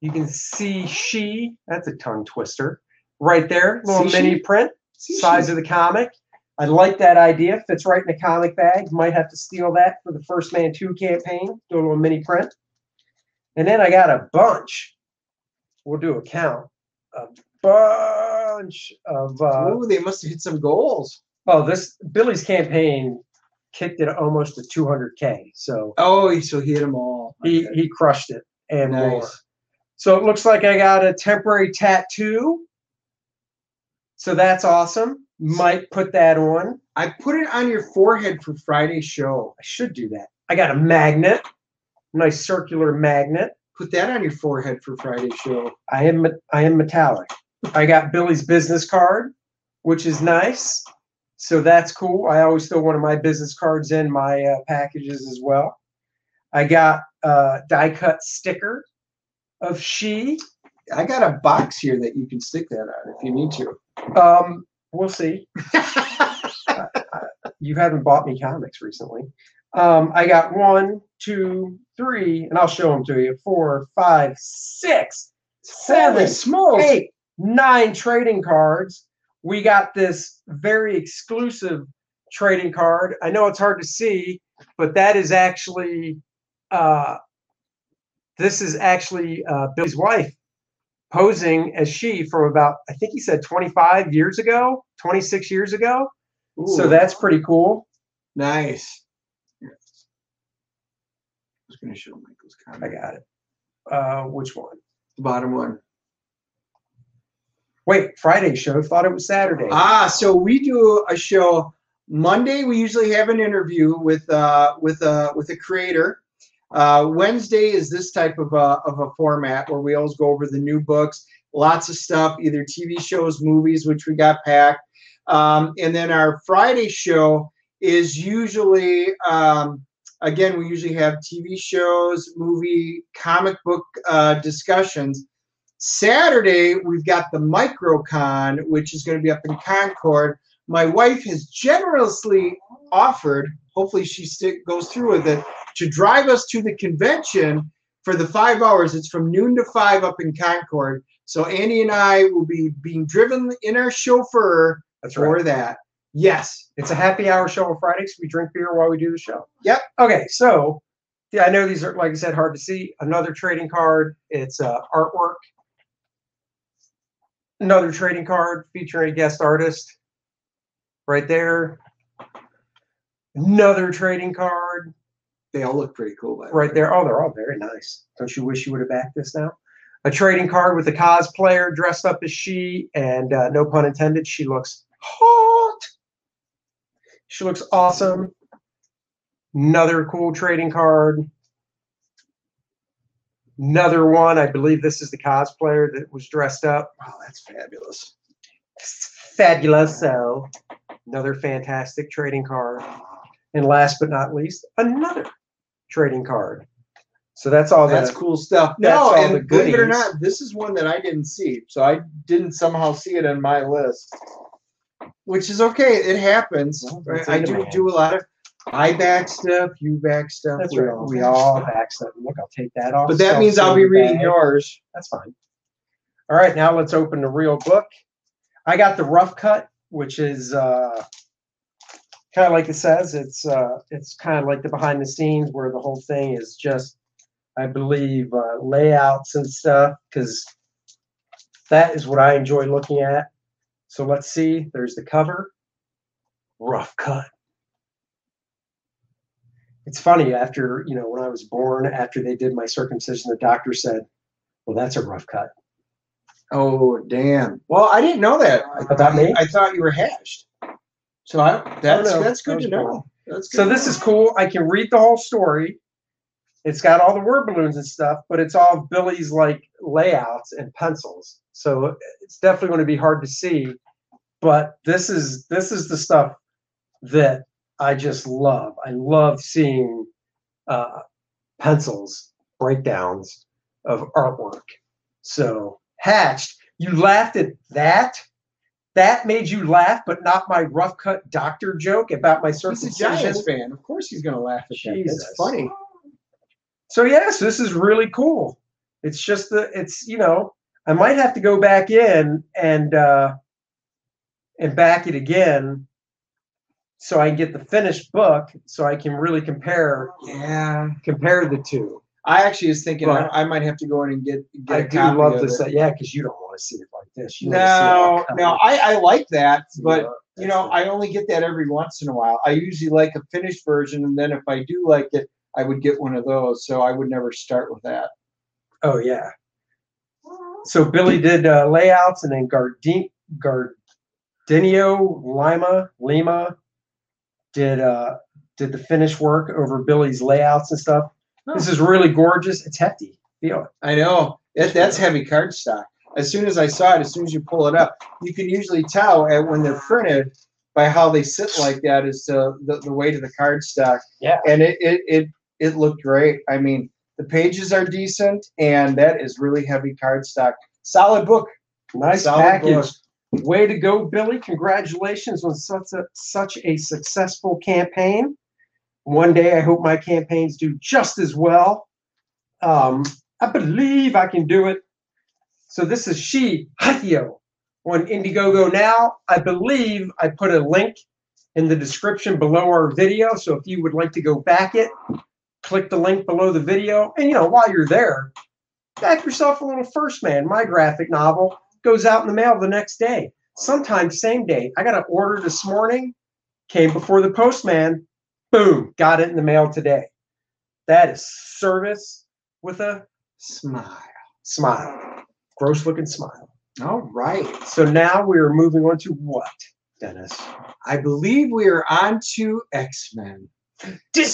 [SPEAKER 3] You can see she. That's a tongue twister. Right there, little
[SPEAKER 4] See she?
[SPEAKER 3] mini print size of the comic. I like that idea. Fits right in the comic bag. Might have to steal that for the First Man 2 campaign. Do a little mini print. And then I got a bunch. We'll do a count. A bunch of uh,
[SPEAKER 4] Ooh, Oh, they must have hit some goals.
[SPEAKER 3] oh, this Billy's campaign kicked it almost to 200k. So
[SPEAKER 4] Oh, he- so he hit them all.
[SPEAKER 3] he
[SPEAKER 4] Okay.
[SPEAKER 3] he crushed it and
[SPEAKER 4] Nice.
[SPEAKER 3] more. So it looks like I got a temporary tattoo. So that's awesome. Might put that on.
[SPEAKER 4] I put it on your forehead for Friday's show.
[SPEAKER 3] I should do that. I got a magnet, nice circular magnet.
[SPEAKER 4] Put that on your forehead for Friday's show.
[SPEAKER 3] I am me- I am metallic. I got Billy's business card, which is nice. So that's cool. I always throw one of my business cards in my uh, packages as well. I got a die cut sticker of she.
[SPEAKER 4] I got a box here that you can stick that on if you need to.
[SPEAKER 3] Um, we'll see. You haven't bought me comics recently. Um, I got one, two, three, and I'll show them to you. Four, five, six,
[SPEAKER 4] Holy
[SPEAKER 3] seven,
[SPEAKER 4] smokes!
[SPEAKER 3] eight, nine trading cards. We got this very exclusive trading card. I know it's hard to see, but that is actually uh, this is actually uh, Billy's wife posing as she from about I think he said 25 years ago, 26 years ago. So
[SPEAKER 4] Ooh,
[SPEAKER 3] that's pretty cool.
[SPEAKER 4] nice. Here. I was going to show Michael's
[SPEAKER 3] I
[SPEAKER 4] comment.
[SPEAKER 3] got it. Uh, which one?
[SPEAKER 4] The bottom one.
[SPEAKER 3] Wait, Friday show. Thought it was Saturday.
[SPEAKER 4] Ah, so we do a show Monday. We usually have an interview with uh, with a with a creator. Uh, Wednesday is this type of a of a format where we always go over the new books, lots of stuff, either TV shows, movies, which we got packed, um, and then our Friday show is usually um, again we usually have TV shows, movie, comic book uh, discussions. Saturday, we've got the MicroCon, which is going to be up in Concord. My wife has generously offered, hopefully, she stick, goes through with it, to drive us to the convention for the five hours. It's from noon to five up in Concord. So Andy and I will be being driven in our chauffeur
[SPEAKER 3] that's right.
[SPEAKER 4] for that. Yes.
[SPEAKER 3] It's a happy hour show on Fridays. We drink beer while we do the show.
[SPEAKER 4] Yep.
[SPEAKER 3] Okay. So, yeah, I know these are, like I said, hard to see. Another trading card. It's uh, artwork. Another trading card featuring a guest artist. Right there. Another trading card
[SPEAKER 4] They all look pretty cool. by the way.
[SPEAKER 3] right there. Oh, they're all very nice. Don't you wish you would have backed this now? a trading card with a cosplayer dressed up as she, and uh, no pun intended, she looks hot. She looks awesome. Another cool trading card. Another one. I believe this is the cosplayer that was dressed up.
[SPEAKER 4] Oh, that's fabulous.
[SPEAKER 3] Fabulous. So, another fantastic trading card. And last but not least, another trading card. So that's all
[SPEAKER 4] that's
[SPEAKER 3] the-
[SPEAKER 4] cool stuff.
[SPEAKER 3] that's
[SPEAKER 4] no,
[SPEAKER 3] all
[SPEAKER 4] and
[SPEAKER 3] the
[SPEAKER 4] believe it or
[SPEAKER 3] goodies.
[SPEAKER 4] not, this is one that I didn't see, so I didn't somehow see it on my list, which is okay. It happens.
[SPEAKER 3] Well, that's
[SPEAKER 4] I, I
[SPEAKER 3] it,
[SPEAKER 4] do
[SPEAKER 3] man.
[SPEAKER 4] do a lot of I back stuff, you back stuff.
[SPEAKER 3] That's
[SPEAKER 4] we
[SPEAKER 3] right.
[SPEAKER 4] all, we all.
[SPEAKER 3] accident. Look, I'll take that off.
[SPEAKER 4] But that means I'll be reading yours.
[SPEAKER 3] That's fine. All right, now let's open the real book. I got the rough cut, which is uh, kind of like it says. It's uh, it's kind of like the behind the scenes where the whole thing is just, I believe, uh, layouts and stuff. Because that is what I enjoy looking at. So let's see. There's the cover. Rough cut. It's funny after you know when I was born, after they did my circumcision, the doctor said. Well, that's a rough cut.
[SPEAKER 4] Oh damn! Well, I didn't know that.
[SPEAKER 3] Is that me?
[SPEAKER 4] I thought you were hashed. So I, that's
[SPEAKER 3] Oh, no,
[SPEAKER 4] that's good
[SPEAKER 3] that was
[SPEAKER 4] to know. That's good
[SPEAKER 3] So
[SPEAKER 4] to
[SPEAKER 3] this
[SPEAKER 4] know.
[SPEAKER 3] is cool. I can read the whole story. It's got all the word balloons and stuff, but it's all Billy's like layouts and pencils. So it's definitely going to be hard to see. But this is this is the stuff that I just love. I love seeing uh, pencils breakdowns of artwork. So hatched. You laughed at that. That made you laugh, but not my rough cut doctor joke about my
[SPEAKER 4] He's a
[SPEAKER 3] circumcision.
[SPEAKER 4] Giants fan. Of course, he's going to laugh at that.
[SPEAKER 3] Jesus.
[SPEAKER 4] That's funny.
[SPEAKER 3] So yes, this is really cool. It's just the it's you know I might have to go back in and uh, and back it again so I can get the finished book so I can really compare
[SPEAKER 4] Yeah.
[SPEAKER 3] compare the two.
[SPEAKER 4] I actually was thinking
[SPEAKER 3] But-
[SPEAKER 4] I, I might have to go in and get get
[SPEAKER 3] I
[SPEAKER 4] a
[SPEAKER 3] do
[SPEAKER 4] copy
[SPEAKER 3] love
[SPEAKER 4] of
[SPEAKER 3] this.
[SPEAKER 4] it.
[SPEAKER 3] Yeah, because you don't want to see it like this. You
[SPEAKER 4] No, no, I, I like that, but you know,
[SPEAKER 3] I,
[SPEAKER 4] I only get that every once in a while. I usually like a finished version, and then if I do like it, I would get one of those. So I would never start with that.
[SPEAKER 3] oh yeah. So Billy did uh, layouts, and then Gardin- Gardinio Lima Lima did uh, did the finish work over Billy's layouts and stuff. This is really gorgeous. It's hefty. Feel it.
[SPEAKER 4] I know that, that's heavy cardstock. As soon as I saw it, as soon as you pull it up, you can usually tell at, when they're printed by how they sit like that is to the, the weight of the cardstock.
[SPEAKER 3] Yeah.
[SPEAKER 4] And it, it it it looked great. I mean, the pages are decent, and that is really heavy cardstock. Solid book.
[SPEAKER 3] Nice
[SPEAKER 4] Solid
[SPEAKER 3] package.
[SPEAKER 4] book.
[SPEAKER 3] Way to go, Billy. Congratulations on such a, such a successful campaign. One day I hope my campaigns do just as well. Um, I believe I can do it. So this is she, Hakio, on Indiegogo now. I believe I put a link in the description below our video. So if you would like to go back it, click the link below the video. And you know, while you're there, back yourself a little first man, my graphic novel goes out in the mail the next day, sometimes same day. I got an order this morning, came before the postman, boom, got it in the mail today. That is service with a
[SPEAKER 4] Smile.
[SPEAKER 3] smile, gross looking smile.
[SPEAKER 4] All right.
[SPEAKER 3] So now we are moving on to what, Dennis?
[SPEAKER 4] I believe we are on to X Men.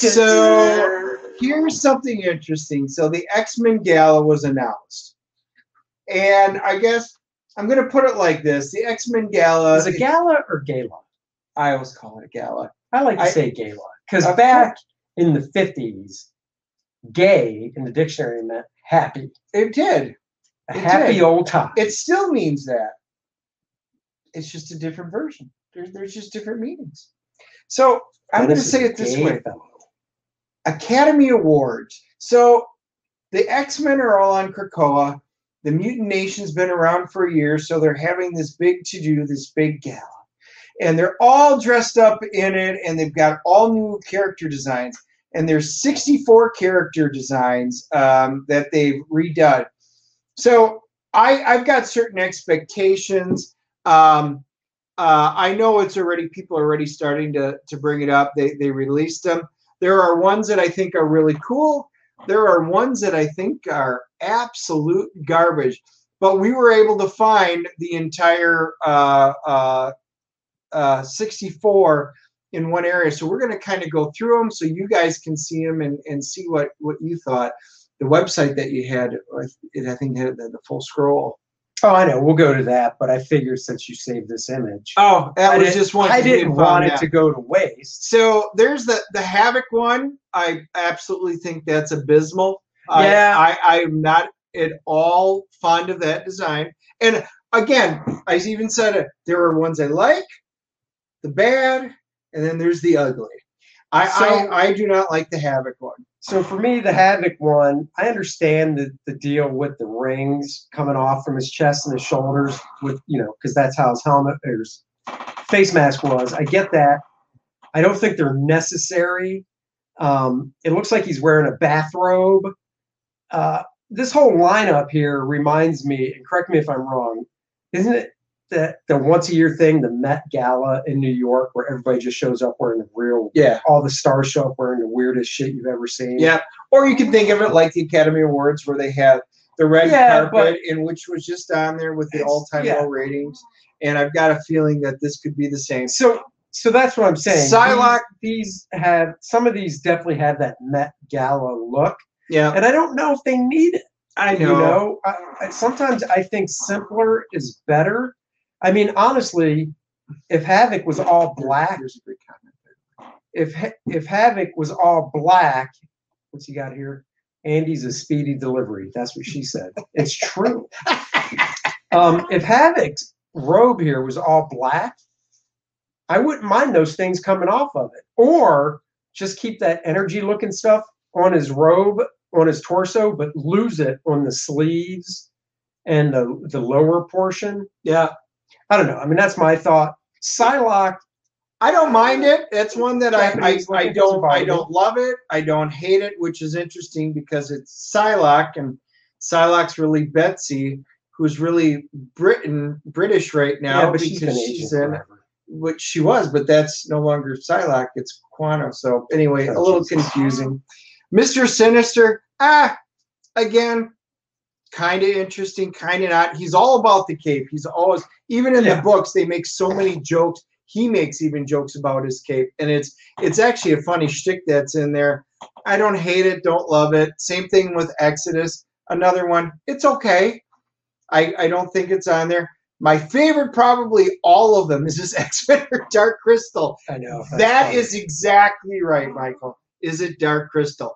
[SPEAKER 3] So,
[SPEAKER 4] here's something interesting. So the X-Men gala was announced. And I guess I'm gonna put it like this. The X-Men gala
[SPEAKER 3] is it gala or gala?
[SPEAKER 4] I always call it a gala.
[SPEAKER 3] I like to
[SPEAKER 4] I-
[SPEAKER 3] say gala because
[SPEAKER 4] Of
[SPEAKER 3] back in the 50s, gay in the dictionary meant happy,
[SPEAKER 4] It did.
[SPEAKER 3] a
[SPEAKER 4] It
[SPEAKER 3] happy
[SPEAKER 4] did.
[SPEAKER 3] old time.
[SPEAKER 4] It still means that. It's just a different version. There's there's just different meanings. So I'm
[SPEAKER 3] Dennis is
[SPEAKER 4] gonna say
[SPEAKER 3] a
[SPEAKER 4] it this
[SPEAKER 3] gay
[SPEAKER 4] way.
[SPEAKER 3] fellow.
[SPEAKER 4] Academy Awards. So the X Men are all on Krakoa. The Mutant Nation's been around for years, so they're having this big to do, this big gala. And they're all dressed up in it, and they've got all new character designs. And there's 64 character designs um, that they've redone. So I, I've got certain expectations. Um, uh, I know it's already people are already starting to to bring it up. They they released them. There are ones that I think are really cool. There are ones that I think are absolute garbage, but we were able to find the entire uh, uh, uh, 64 in one area. So we're going to kind of go through them so you guys can see them and, and see what, what you thought. The website that you had, I th- it, I think, had the, the full scroll.
[SPEAKER 3] Oh, I know. We'll go to that, but I figure since you saved this image,
[SPEAKER 4] Oh, that
[SPEAKER 3] I
[SPEAKER 4] was
[SPEAKER 3] didn't-
[SPEAKER 4] just one.
[SPEAKER 3] I
[SPEAKER 4] that you
[SPEAKER 3] didn't
[SPEAKER 4] found
[SPEAKER 3] want
[SPEAKER 4] out.
[SPEAKER 3] it to go to waste.
[SPEAKER 4] So there's the the Havoc one. I absolutely think that's abysmal. I-
[SPEAKER 3] Yeah.
[SPEAKER 4] I, I am not at all fond of that design. And again, I even said it. There are ones I like, the bad, and then there's the ugly. I
[SPEAKER 3] So-
[SPEAKER 4] I, I do not like the Havoc one.
[SPEAKER 3] So for me, the Havoc one, I understand the, the deal with the rings coming off from his chest and his shoulders, with you know, because that's how his helmet or his face mask was. I get that. I don't think they're necessary. Um, it looks like he's wearing a bathrobe. Uh, this whole lineup here reminds me, and correct me if I'm wrong, isn't it the the once a year thing, the Met Gala in New York, where everybody just shows up wearing the real
[SPEAKER 4] Yeah.
[SPEAKER 3] all the stars show up wearing the weirdest shit you've ever seen.
[SPEAKER 4] Yeah. Or you can think of it like the Academy Awards where they have the red
[SPEAKER 3] Yeah, but-
[SPEAKER 4] carpet in which was just on there with the
[SPEAKER 3] It's-
[SPEAKER 4] all time
[SPEAKER 3] yeah.
[SPEAKER 4] low ratings. And I've got a feeling that this could be the same.
[SPEAKER 3] So so that's what I'm saying.
[SPEAKER 4] Psylocke-
[SPEAKER 3] These, these have some of these definitely have that Met Gala look,
[SPEAKER 4] Yeah.
[SPEAKER 3] and I don't know if they need it.
[SPEAKER 4] I
[SPEAKER 3] You know, I, I, sometimes I think simpler is better. I mean, honestly, if Havoc was all black,
[SPEAKER 4] Here's a good comment.
[SPEAKER 3] if Ha- if Havoc was all black, what's he got here? Andy's a speedy delivery. That's what she said. It's true. um, if Havoc's robe here was all black, I wouldn't mind those things coming off of it. Or just keep that energy looking stuff on his robe, on his torso, but lose it on the sleeves and the, the lower portion.
[SPEAKER 4] Yeah,
[SPEAKER 3] I don't know. I mean, that's my thought. Psylocke,
[SPEAKER 4] I don't mind it. That's one that I, I,
[SPEAKER 3] Japanese
[SPEAKER 4] I
[SPEAKER 3] looking
[SPEAKER 4] don't I
[SPEAKER 3] survivor.
[SPEAKER 4] don't love it. I don't hate it, which is interesting because it's Psylocke and Psylocke's really Betsy, who's really Britain British right now
[SPEAKER 3] yeah, but she's been
[SPEAKER 4] because
[SPEAKER 3] Asian
[SPEAKER 4] she's in
[SPEAKER 3] forever.
[SPEAKER 4] which she was, but that's no longer Psylocke. It's Quano. So anyway, a
[SPEAKER 3] Oh,
[SPEAKER 4] little
[SPEAKER 3] Jesus.
[SPEAKER 4] confusing. Mister Sinister, ah, again, kind of interesting, kind of not. He's all about the cape. He's always, even in
[SPEAKER 3] Yeah.
[SPEAKER 4] the books, they make so many jokes. He makes even jokes about his cape, and it's it's actually a funny shtick that's in there. I don't hate it, don't love it. Same thing with Exodus. Another one. It's okay. I, I don't think it's on there. My favorite, probably all of them, is this X Men Dark Crystal.
[SPEAKER 3] I know. that's
[SPEAKER 4] That
[SPEAKER 3] funny.
[SPEAKER 4] is exactly right, Michael. Is it Dark Crystal?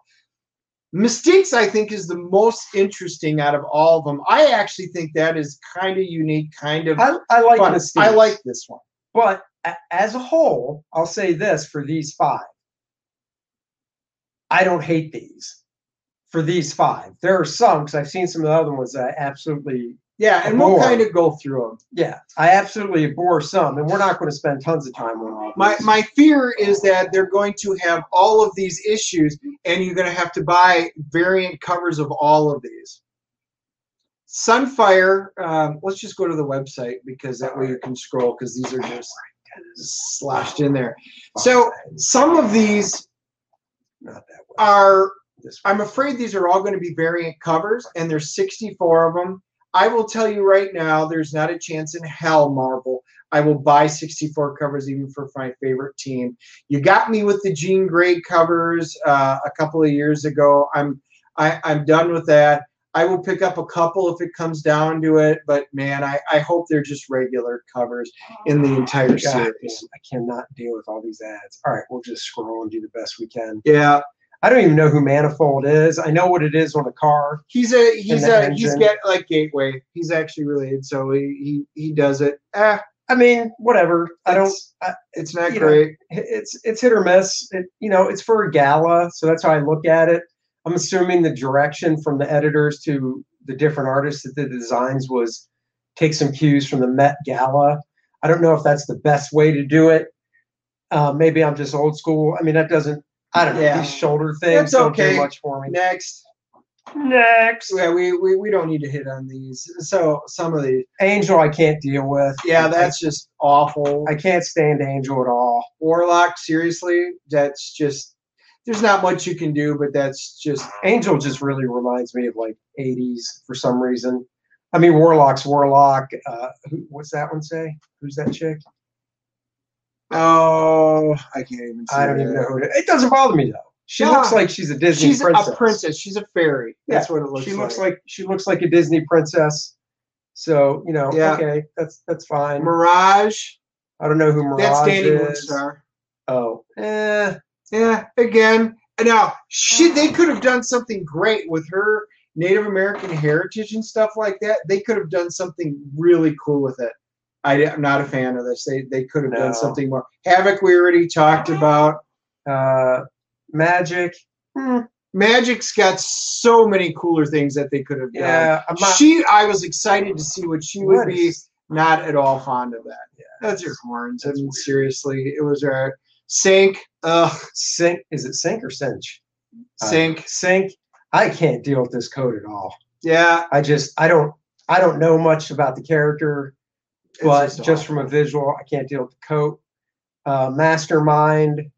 [SPEAKER 4] Mystiques, I think, is the most interesting out of all of them. I actually think that is kind of unique, kind of
[SPEAKER 3] I, I like
[SPEAKER 4] fun.
[SPEAKER 3] Mystique.
[SPEAKER 4] I like this one.
[SPEAKER 3] But a- as a whole, I'll say this for these five. I don't hate these for these five. There are some because I've seen some of the other ones that I absolutely,
[SPEAKER 4] Yeah, and we'll
[SPEAKER 3] More.
[SPEAKER 4] kind of go through them.
[SPEAKER 3] yeah, I absolutely abhor some, and we're not going to spend tons of time on all. of
[SPEAKER 4] My
[SPEAKER 3] these.
[SPEAKER 4] my fear is that they're going to have all of these issues, and you're going to have to buy variant covers of all of these. Sunfire, um, let's just go to the website because that way you can scroll because these are just sloshed in there. So some of these
[SPEAKER 3] not that way.
[SPEAKER 4] are
[SPEAKER 3] This
[SPEAKER 4] I'm afraid these are all going to be variant covers, and there's 64 of them. I will tell you right now, there's not a chance in hell, Marvel. I will buy 64 covers even for my favorite team. You got me with the Jean Grey covers uh, a couple of years ago. I'm I, I'm done with that. I will pick up a couple if it comes down to it, but man, I, I hope they're just regular covers in the entire
[SPEAKER 3] God, man,
[SPEAKER 4] series.
[SPEAKER 3] I cannot deal with all these ads. All right, we'll just scroll and do the best we can.
[SPEAKER 4] Yeah,
[SPEAKER 3] I don't even know who Manifold is. I know what it is on a car.
[SPEAKER 4] He's a he's
[SPEAKER 3] the
[SPEAKER 4] a he's
[SPEAKER 3] engine.
[SPEAKER 4] get like gateway. He's actually related, so he he, he does it. Eh,
[SPEAKER 3] I mean, whatever. I don't.
[SPEAKER 4] It's-
[SPEAKER 3] I,
[SPEAKER 4] it's not
[SPEAKER 3] You know.
[SPEAKER 4] great.
[SPEAKER 3] it's it's hit or miss. It, you know, it's for a gala, so that's how I look at it. I'm assuming the direction from the editors to the different artists that did the designs was take some cues from the Met Gala. I don't know if that's the best way to do it. Uh, maybe I'm just old school. I mean, that doesn't. I don't know.
[SPEAKER 4] Yeah.
[SPEAKER 3] These shoulder things
[SPEAKER 4] That's
[SPEAKER 3] don't
[SPEAKER 4] okay.
[SPEAKER 3] do much for me.
[SPEAKER 4] Next,
[SPEAKER 3] Next,
[SPEAKER 4] yeah, we, we we don't need to hit on these. So some of these,
[SPEAKER 3] Angel, I can't deal with.
[SPEAKER 4] yeah, that's just awful.
[SPEAKER 3] I can't stand Angel at all.
[SPEAKER 4] Warlock, seriously, that's just there's not much you can do, but that's just
[SPEAKER 3] Angel just really reminds me of like 80s for some reason. I mean, Warlock's Warlock. Uh, who, what's that one say? Who's that chick?
[SPEAKER 4] oh, I can't even.
[SPEAKER 3] I don't
[SPEAKER 4] say
[SPEAKER 3] even
[SPEAKER 4] that.
[SPEAKER 3] know who it is. It doesn't bother me though. She
[SPEAKER 4] No.
[SPEAKER 3] looks like she's a Disney
[SPEAKER 4] She's
[SPEAKER 3] princess.
[SPEAKER 4] a princess. She's a fairy. That's what it looks.
[SPEAKER 3] she
[SPEAKER 4] like.
[SPEAKER 3] looks like she looks like a Disney princess. So you know,
[SPEAKER 4] Yeah.
[SPEAKER 3] okay, that's that's fine.
[SPEAKER 4] Mirage.
[SPEAKER 3] I don't know who Mirage
[SPEAKER 4] That's Danny
[SPEAKER 3] is.
[SPEAKER 4] Moonstar.
[SPEAKER 3] Oh, eh,
[SPEAKER 4] Yeah, again. Now, she they could have done something great with her Native American heritage and stuff like that. They could have done something really cool with it. I, am not a fan of this. They they could have
[SPEAKER 3] No.
[SPEAKER 4] done something more. Havoc we already talked about.
[SPEAKER 3] uh, magic. Hmm,
[SPEAKER 4] Magic's got so many cooler things that they could have done.
[SPEAKER 3] yeah, I'm not.
[SPEAKER 4] she I was excited to see what she
[SPEAKER 3] what
[SPEAKER 4] would be.
[SPEAKER 3] is-
[SPEAKER 4] Not at all fond of that. That's your horns. I mean, seriously, it was our sink. Ugh,
[SPEAKER 3] Sink? Is it sink or cinch? Uh,
[SPEAKER 4] sink.
[SPEAKER 3] Sink. I can't deal with this code at all.
[SPEAKER 4] yeah,
[SPEAKER 3] I just I don't I don't know much about the character,
[SPEAKER 4] It's
[SPEAKER 3] but
[SPEAKER 4] just
[SPEAKER 3] just, from a visual, I can't deal with the coat. Uh, Mastermind.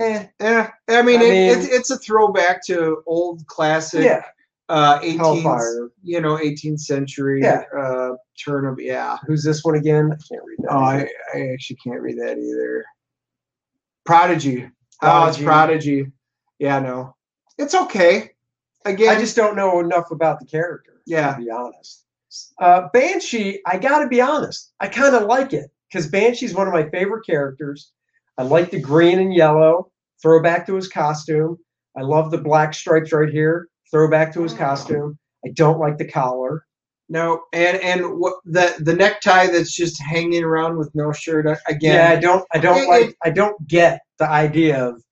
[SPEAKER 3] Eh,
[SPEAKER 4] Yeah, I mean,
[SPEAKER 3] I
[SPEAKER 4] it,
[SPEAKER 3] mean-
[SPEAKER 4] it's it's a throwback to old classic,
[SPEAKER 3] yeah,
[SPEAKER 4] uh, 18th,
[SPEAKER 3] Hellfire.
[SPEAKER 4] you know, 18th century
[SPEAKER 3] Yeah.
[SPEAKER 4] uh, turn of yeah.
[SPEAKER 3] Who's this one again? I can't read that.
[SPEAKER 4] Oh,
[SPEAKER 3] either.
[SPEAKER 4] I, I actually can't read that either. Prodigy. Oh, it's
[SPEAKER 3] Prodigy.
[SPEAKER 4] Prodigy. Yeah, no, it's okay. Again,
[SPEAKER 3] I just don't know enough about the character.
[SPEAKER 4] Yeah.
[SPEAKER 3] to be honest. Uh, Banshee, I gotta be honest, I kind of like it because Banshee's one of my favorite characters. I like the green and yellow throwback to his costume. I love the black stripes right here, throwback to his costume. I don't like the collar.
[SPEAKER 4] no, and and what the the necktie that's just hanging around with no shirt uh, again.
[SPEAKER 3] Yeah, I don't, I don't
[SPEAKER 4] It-
[SPEAKER 3] like,
[SPEAKER 4] it-
[SPEAKER 3] I don't get the idea of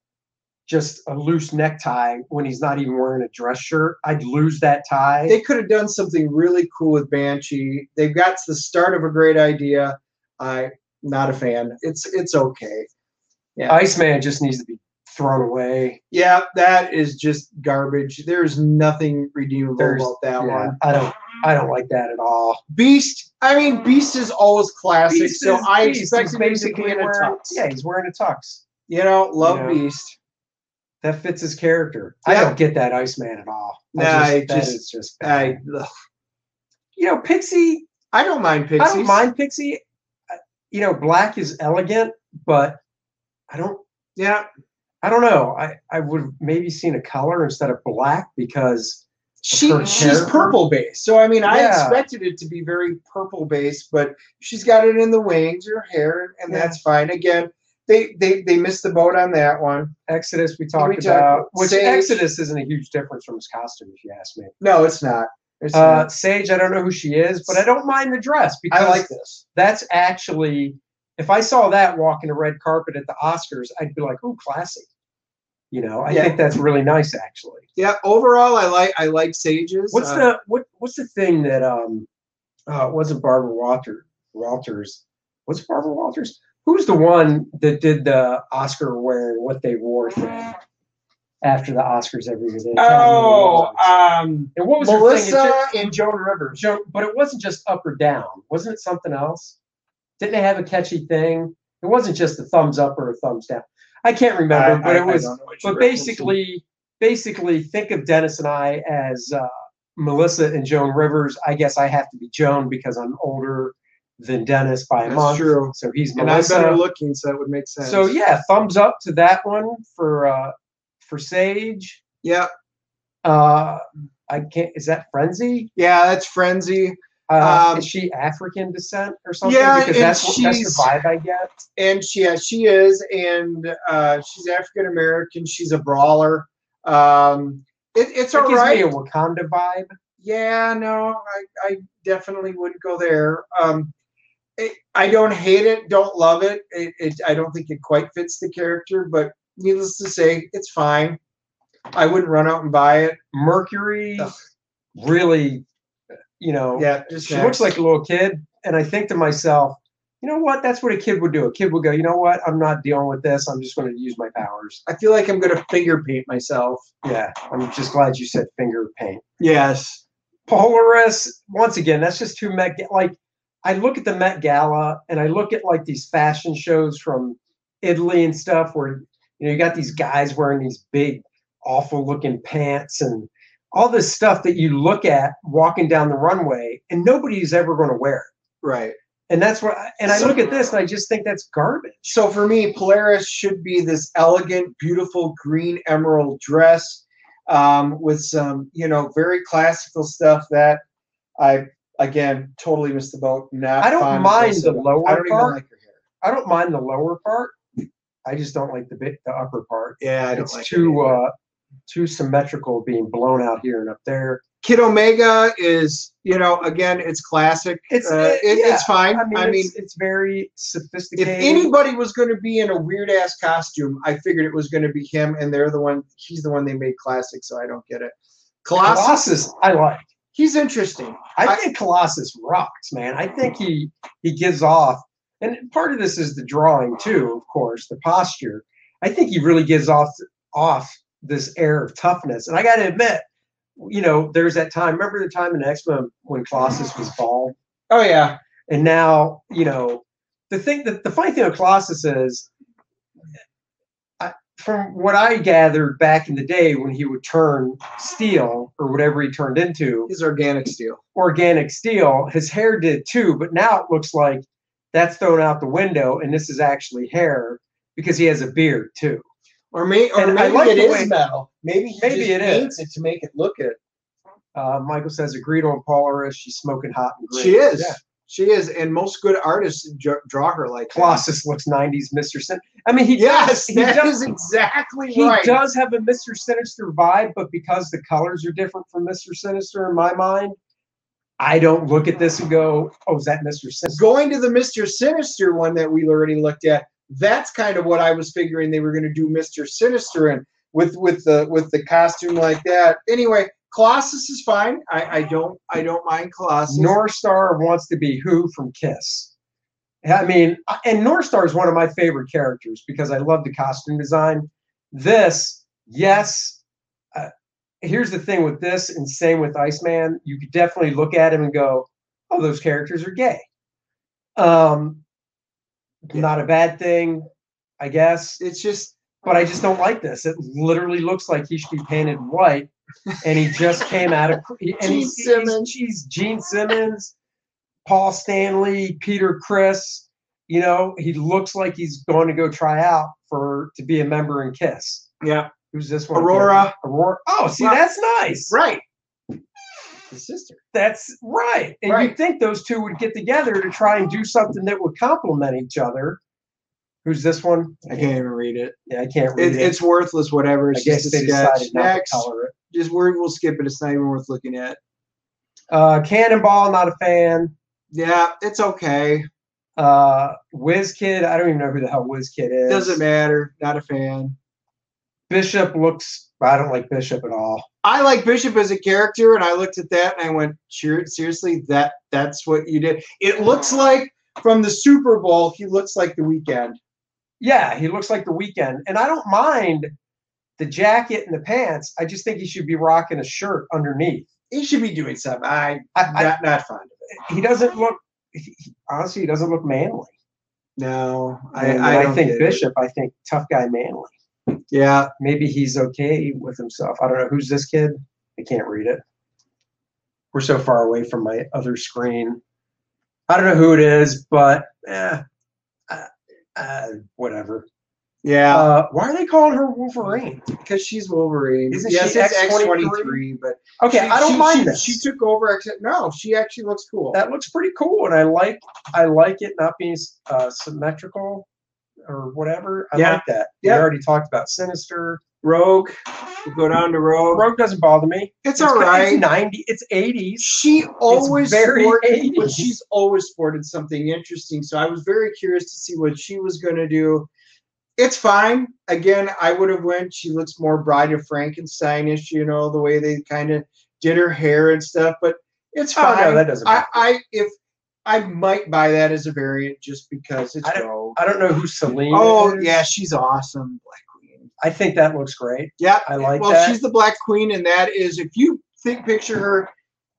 [SPEAKER 3] just a loose necktie when he's not even wearing a dress shirt. I'd lose that tie.
[SPEAKER 4] they could have done something really cool with Banshee. They've got the start of a great idea. I not a fan. It's it's okay.
[SPEAKER 3] Iceman just needs to be thrown away.
[SPEAKER 4] Yeah, that is just garbage. There's nothing redeemable
[SPEAKER 3] There's-
[SPEAKER 4] about that
[SPEAKER 3] Yeah,
[SPEAKER 4] one.
[SPEAKER 3] I don't I don't like that at all.
[SPEAKER 4] Beast. I mean, Beast is always classic, so I expected him to
[SPEAKER 3] basically
[SPEAKER 4] be in a
[SPEAKER 3] wearing,
[SPEAKER 4] tux.
[SPEAKER 3] yeah, he's wearing a tux.
[SPEAKER 4] You know, love
[SPEAKER 3] Yeah.
[SPEAKER 4] Beast.
[SPEAKER 3] That fits his character. I
[SPEAKER 4] Yeah.
[SPEAKER 3] don't get that Iceman at all.
[SPEAKER 4] Nah,
[SPEAKER 3] I just,
[SPEAKER 4] it
[SPEAKER 3] that
[SPEAKER 4] just-
[SPEAKER 3] is just
[SPEAKER 4] I
[SPEAKER 3] bad. you know, Pixie,
[SPEAKER 4] I don't mind Pixies.
[SPEAKER 3] I don't mind Pixie. I- You know, black is elegant, but I don't
[SPEAKER 4] Yeah,
[SPEAKER 3] I don't know. I I would have maybe seen a color instead of black because
[SPEAKER 4] she
[SPEAKER 3] her
[SPEAKER 4] she's
[SPEAKER 3] character.
[SPEAKER 4] purple based. So I mean, I
[SPEAKER 3] Yeah.
[SPEAKER 4] expected it to be very purple based, but she's got it in the wings, her hair, and
[SPEAKER 3] Yeah.
[SPEAKER 4] that's fine. Again, they they they missed the boat on that one.
[SPEAKER 3] Exodus we talked
[SPEAKER 4] We talked
[SPEAKER 3] about,
[SPEAKER 4] about
[SPEAKER 3] which
[SPEAKER 4] Sage.
[SPEAKER 3] Exodus isn't a huge difference from his costume, if you ask me.
[SPEAKER 4] No, it's not. It's
[SPEAKER 3] Uh,
[SPEAKER 4] not.
[SPEAKER 3] Sage, I don't know who she is, but I don't mind the dress because
[SPEAKER 4] I like this.
[SPEAKER 3] that's actually if I saw that walking the red carpet at the Oscars, I'd be like, "Ooh, classy." You know, I
[SPEAKER 4] Yeah.
[SPEAKER 3] think that's really nice actually.
[SPEAKER 4] Yeah, overall, I like I like Sages.
[SPEAKER 3] What's
[SPEAKER 4] Uh,
[SPEAKER 3] the what what's the thing that um uh it wasn't Barbara Walter Walters? What's Barbara Walters? Who's the one that did the Oscar wearing what they wore thing after the Oscars every year? The Academy
[SPEAKER 4] Oh,
[SPEAKER 3] Awards?
[SPEAKER 4] um,
[SPEAKER 3] and what was her thing? It
[SPEAKER 4] Melissa
[SPEAKER 3] ju-
[SPEAKER 4] and Joan Rivers.
[SPEAKER 3] Joe, but it wasn't just up or down. Wasn't it something else? Didn't they have a catchy thing? It wasn't just a thumbs up or a thumbs down. I can't remember, but it was. But basically, basically, think of Dennis and I as uh, Melissa and Joan Rivers. I guess I have to be Joan because I'm older than Dennis by a
[SPEAKER 4] That's
[SPEAKER 3] month.
[SPEAKER 4] true.
[SPEAKER 3] So he's
[SPEAKER 4] and I'm
[SPEAKER 3] Melissa.
[SPEAKER 4] better looking, so that would make sense.
[SPEAKER 3] so yeah, thumbs up to that one for uh, for Sage.
[SPEAKER 4] yeah,
[SPEAKER 3] Uh, I can't. Is that Frenzy?
[SPEAKER 4] yeah, that's frenzy.
[SPEAKER 3] Uh,
[SPEAKER 4] Um,
[SPEAKER 3] is she African descent or something?
[SPEAKER 4] yeah,
[SPEAKER 3] because
[SPEAKER 4] and
[SPEAKER 3] that's, what- that's
[SPEAKER 4] she's-
[SPEAKER 3] the vibe I get.
[SPEAKER 4] and she yeah, she is and uh, she's African American. She's a brawler. Um, it, it's
[SPEAKER 3] It
[SPEAKER 4] all
[SPEAKER 3] gives me
[SPEAKER 4] right.
[SPEAKER 3] a Wakanda vibe.
[SPEAKER 4] yeah, no, I, I definitely wouldn't go there. Um, it, I don't hate it, don't love it. It, it. I don't think it quite fits the character, but needless to say, it's fine. I wouldn't run out and buy it.
[SPEAKER 3] Mercury,
[SPEAKER 4] Ugh.
[SPEAKER 3] really, you know,
[SPEAKER 4] Yeah, just
[SPEAKER 3] she looks
[SPEAKER 4] next.
[SPEAKER 3] like a little kid. And I think to myself, you know what? That's what a kid would do. A kid would go, you know what? I'm not dealing with this. I'm just going to use my powers.
[SPEAKER 4] I feel like I'm gonna finger paint myself.
[SPEAKER 3] Yeah, I'm just glad you said finger paint.
[SPEAKER 4] Yes.
[SPEAKER 3] Polaris, once again, that's just too Met. Ga- Like, I look at the Met Gala and I look at like these fashion shows from Italy and stuff where You know, you got these guys wearing these big, awful looking pants and all this stuff that you look at walking down the runway and nobody's ever going to wear it.
[SPEAKER 4] Right.
[SPEAKER 3] And that's what, I, and I
[SPEAKER 4] So-
[SPEAKER 3] look at this and I just think that's garbage.
[SPEAKER 4] So for me, Polaris should be this elegant, beautiful green emerald dress um, with some, you know, very classical stuff that I, again, totally missed the boat. Not
[SPEAKER 3] I don't
[SPEAKER 4] fond of
[SPEAKER 3] mind
[SPEAKER 4] this
[SPEAKER 3] the
[SPEAKER 4] at all.
[SPEAKER 3] lower
[SPEAKER 4] I don't even
[SPEAKER 3] part.
[SPEAKER 4] like her hair.
[SPEAKER 3] I don't mind the lower part. I just don't like the bit, the upper part.
[SPEAKER 4] Yeah, I don't
[SPEAKER 3] It's
[SPEAKER 4] like it
[SPEAKER 3] too,
[SPEAKER 4] either.
[SPEAKER 3] uh, too symmetrical being blown out here and up there.
[SPEAKER 4] Kid Omega is, you know, again, it's classic.
[SPEAKER 3] It's-
[SPEAKER 4] uh, it-
[SPEAKER 3] yeah,
[SPEAKER 4] it's fine.
[SPEAKER 3] I mean, it's, it's very
[SPEAKER 4] if
[SPEAKER 3] sophisticated.
[SPEAKER 4] anybody was going to be in a weird ass costume, I figured it was going to be him, and they're the one. He's the one they made classic, so I don't get it. Colossus,
[SPEAKER 3] Colossus, I like.
[SPEAKER 4] he's interesting.
[SPEAKER 3] I
[SPEAKER 4] I-
[SPEAKER 3] think Colossus rocks, man. I think he he gives off, and part of this is the drawing too, of course, the posture. I think he really gives off off this air of toughness, and I got to admit, you know, there's that time. Remember the time in X Men when Colossus was bald,
[SPEAKER 4] Oh yeah,
[SPEAKER 3] and now you know the thing that the funny thing with Colossus is. I- From what I gathered back in the day when he would turn steel or whatever he turned into,
[SPEAKER 4] he's organic steel.
[SPEAKER 3] organic steel. His hair did too, but now it looks like that's thrown out the window, and this is actually hair because he has a beard too.
[SPEAKER 4] Or, may, or
[SPEAKER 3] And I
[SPEAKER 4] maybe
[SPEAKER 3] like
[SPEAKER 4] it
[SPEAKER 3] the
[SPEAKER 4] is
[SPEAKER 3] way-
[SPEAKER 4] metal. Maybe he
[SPEAKER 3] Maybe
[SPEAKER 4] just
[SPEAKER 3] it
[SPEAKER 4] paints it to make it look it.
[SPEAKER 3] Uh, Michael says, "Agreed on Polaris. She's smoking hot and great."
[SPEAKER 4] She is.
[SPEAKER 3] Yeah.
[SPEAKER 4] She is, and most good artists dr- draw her like that.
[SPEAKER 3] Colossus looks '90s Mr. Sin. I mean, he
[SPEAKER 4] Yes,
[SPEAKER 3] does,
[SPEAKER 4] that
[SPEAKER 3] he does,
[SPEAKER 4] is exactly
[SPEAKER 3] he
[SPEAKER 4] right.
[SPEAKER 3] does have a Mr. Sinister vibe, but because the colors are different from Mr. Sinister in my mind, I don't look at this and go, "Oh, is that Mr. Sinister?"
[SPEAKER 4] Going to the Mister Sinister one that we already looked at. That's kind of what I was figuring they were going to do Mister Sinister in with with the with the costume like that. Anyway, Colossus is fine. I, I don't I don't mind Colossus.
[SPEAKER 3] North Star wants to be who from Kiss. I mean, I- and North Star is one of my favorite characters because I love the costume design. This, yes. Uh, here's the thing with this, and same with Iceman. You could definitely look at him and go, "Oh, those characters are gay." Um, not a bad thing, I guess.
[SPEAKER 4] It's just
[SPEAKER 3] But I just don't like this. It literally looks like he should be painted white, and he just came out of and
[SPEAKER 4] Gene
[SPEAKER 3] he's, he's-
[SPEAKER 4] Simmons.
[SPEAKER 3] he's Gene Simmons, Paul Stanley, Peter Chris. You know, he looks like he's going to go try out for to be a member in Kiss.
[SPEAKER 4] yeah
[SPEAKER 3] Who's this one?
[SPEAKER 4] Aurora
[SPEAKER 3] Aurora. Oh, see,
[SPEAKER 4] Right.
[SPEAKER 3] that's nice.
[SPEAKER 4] right. The sister.
[SPEAKER 3] That's right. And
[SPEAKER 4] Right.
[SPEAKER 3] you'd think those two would get together to try and do something that would complement each other. Who's this one?
[SPEAKER 4] I can't even read it.
[SPEAKER 3] Yeah, I can't read
[SPEAKER 4] it,
[SPEAKER 3] it.
[SPEAKER 4] It's worthless. Whatever.
[SPEAKER 3] I
[SPEAKER 4] It's
[SPEAKER 3] guess
[SPEAKER 4] just a
[SPEAKER 3] they
[SPEAKER 4] sketch.
[SPEAKER 3] decided not to
[SPEAKER 4] Next,
[SPEAKER 3] color it.
[SPEAKER 4] just we're, we'll skip it. It's not even worth looking at.
[SPEAKER 3] Uh, Cannonball, not a fan.
[SPEAKER 4] Yeah, it's okay.
[SPEAKER 3] Uh, Kid, I don't even know who the hell Kid is.
[SPEAKER 4] Doesn't matter. Not a fan.
[SPEAKER 3] Bishop looks. I don't like Bishop at all.
[SPEAKER 4] I like Bishop as a character, and I looked at that and I went, "Sure, seriously, that that's what you did." It looks like from the Super Bowl, he looks like the weekend.
[SPEAKER 3] Yeah, he looks like the weekend, and I don't mind the jacket and the pants. I just think he should be rocking a shirt underneath.
[SPEAKER 4] He should be doing something. I
[SPEAKER 3] I,
[SPEAKER 4] not not fond of it.
[SPEAKER 3] I, he doesn't look. He, he- honestly, he doesn't look manly.
[SPEAKER 4] No, I
[SPEAKER 3] And
[SPEAKER 4] I,
[SPEAKER 3] when I,
[SPEAKER 4] don't
[SPEAKER 3] think
[SPEAKER 4] get it.
[SPEAKER 3] Bishop. I think tough guy manly.
[SPEAKER 4] Yeah,
[SPEAKER 3] Maybe he's okay with himself. I don't know who's this kid. I can't read it. We're so far away from my other screen. I don't know who it is, but eh, uh, uh, whatever.
[SPEAKER 4] yeah,
[SPEAKER 3] Uh, why are they calling her Wolverine?
[SPEAKER 4] because she's Wolverine.
[SPEAKER 3] Isn't
[SPEAKER 4] yes,
[SPEAKER 3] she
[SPEAKER 4] it's
[SPEAKER 3] X-23?
[SPEAKER 4] X23, but
[SPEAKER 3] Okay,
[SPEAKER 4] she-
[SPEAKER 3] I don't
[SPEAKER 4] she-
[SPEAKER 3] mind
[SPEAKER 4] she,
[SPEAKER 3] this.
[SPEAKER 4] She took over. X- No, she actually looks cool.
[SPEAKER 3] that looks pretty cool, and I like I like it not being uh, symmetrical or whatever. I
[SPEAKER 4] Yeah.
[SPEAKER 3] like that.
[SPEAKER 4] Yeah.
[SPEAKER 3] We already talked about Sinister.
[SPEAKER 4] Rogue, we go down to Rogue.
[SPEAKER 3] Rogue doesn't bother me.
[SPEAKER 4] It's all
[SPEAKER 3] It's
[SPEAKER 4] right.
[SPEAKER 3] ninety. It's eighties.
[SPEAKER 4] She always
[SPEAKER 3] very
[SPEAKER 4] sported, but
[SPEAKER 3] 80s.
[SPEAKER 4] she's always sported something interesting. So I was very curious to see what she was going to do. It's fine. Again, I would have went. She looks more Bride of Frankensteinish, you know, the way they kind of did her hair and stuff. But it's
[SPEAKER 3] Oh
[SPEAKER 4] fine.
[SPEAKER 3] no, that doesn't.
[SPEAKER 4] I,
[SPEAKER 3] matter.
[SPEAKER 4] I if I might buy that as a variant just because it's
[SPEAKER 3] I don't-
[SPEAKER 4] Rogue.
[SPEAKER 3] I don't know who Selene.
[SPEAKER 4] Oh
[SPEAKER 3] is.
[SPEAKER 4] yeah, she's awesome, Black Queen.
[SPEAKER 3] I think that looks great.
[SPEAKER 4] Yeah,
[SPEAKER 3] I like
[SPEAKER 4] well,
[SPEAKER 3] that.
[SPEAKER 4] she's the Black Queen, and that is if you think picture her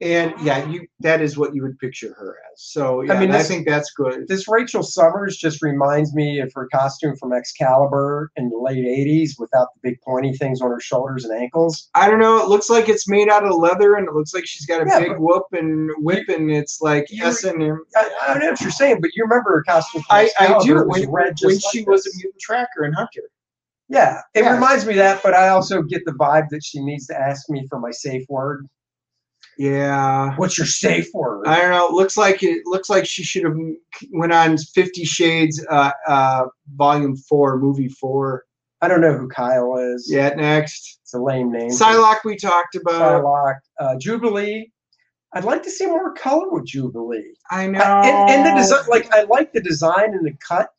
[SPEAKER 4] And yeah, you that is what you would picture her as. So yeah,
[SPEAKER 3] I
[SPEAKER 4] I
[SPEAKER 3] mean,
[SPEAKER 4] mean, I
[SPEAKER 3] this-
[SPEAKER 4] think that's good.
[SPEAKER 3] This Rachel Summers just reminds me of her costume from Excalibur in the late 80s without the big pointy things on her shoulders and ankles.
[SPEAKER 4] I don't know. It looks like it's made out of leather, and it looks like she's got a
[SPEAKER 3] Yeah,
[SPEAKER 4] big
[SPEAKER 3] but-
[SPEAKER 4] whoop and whip, and it's like
[SPEAKER 3] You-
[SPEAKER 4] S and M.
[SPEAKER 3] I, I know what you're saying, but you remember her costume from
[SPEAKER 4] I I
[SPEAKER 3] Excalibur.
[SPEAKER 4] do.
[SPEAKER 3] It was
[SPEAKER 4] When,
[SPEAKER 3] red just
[SPEAKER 4] when
[SPEAKER 3] like
[SPEAKER 4] she was
[SPEAKER 3] this.
[SPEAKER 4] a mutant tracker and hunter.
[SPEAKER 3] Yeah, it
[SPEAKER 4] Yeah.
[SPEAKER 3] reminds me of that, but I also get the vibe that she needs to ask me for my safe word.
[SPEAKER 4] Yeah.
[SPEAKER 3] What's your safe word?
[SPEAKER 4] I don't know. It looks like it looks like she should have went on Fifty Shades, uh, uh, Volume Four, Movie Four.
[SPEAKER 3] I don't know who Kyle is.
[SPEAKER 4] Yeah, next.
[SPEAKER 3] It's a lame name.
[SPEAKER 4] Psylocke we talked about.
[SPEAKER 3] Psylocke. Uh, Jubilee. I'd like to see more color with Jubilee.
[SPEAKER 4] I know.
[SPEAKER 3] I- and, and the design, like I like the design and the cut,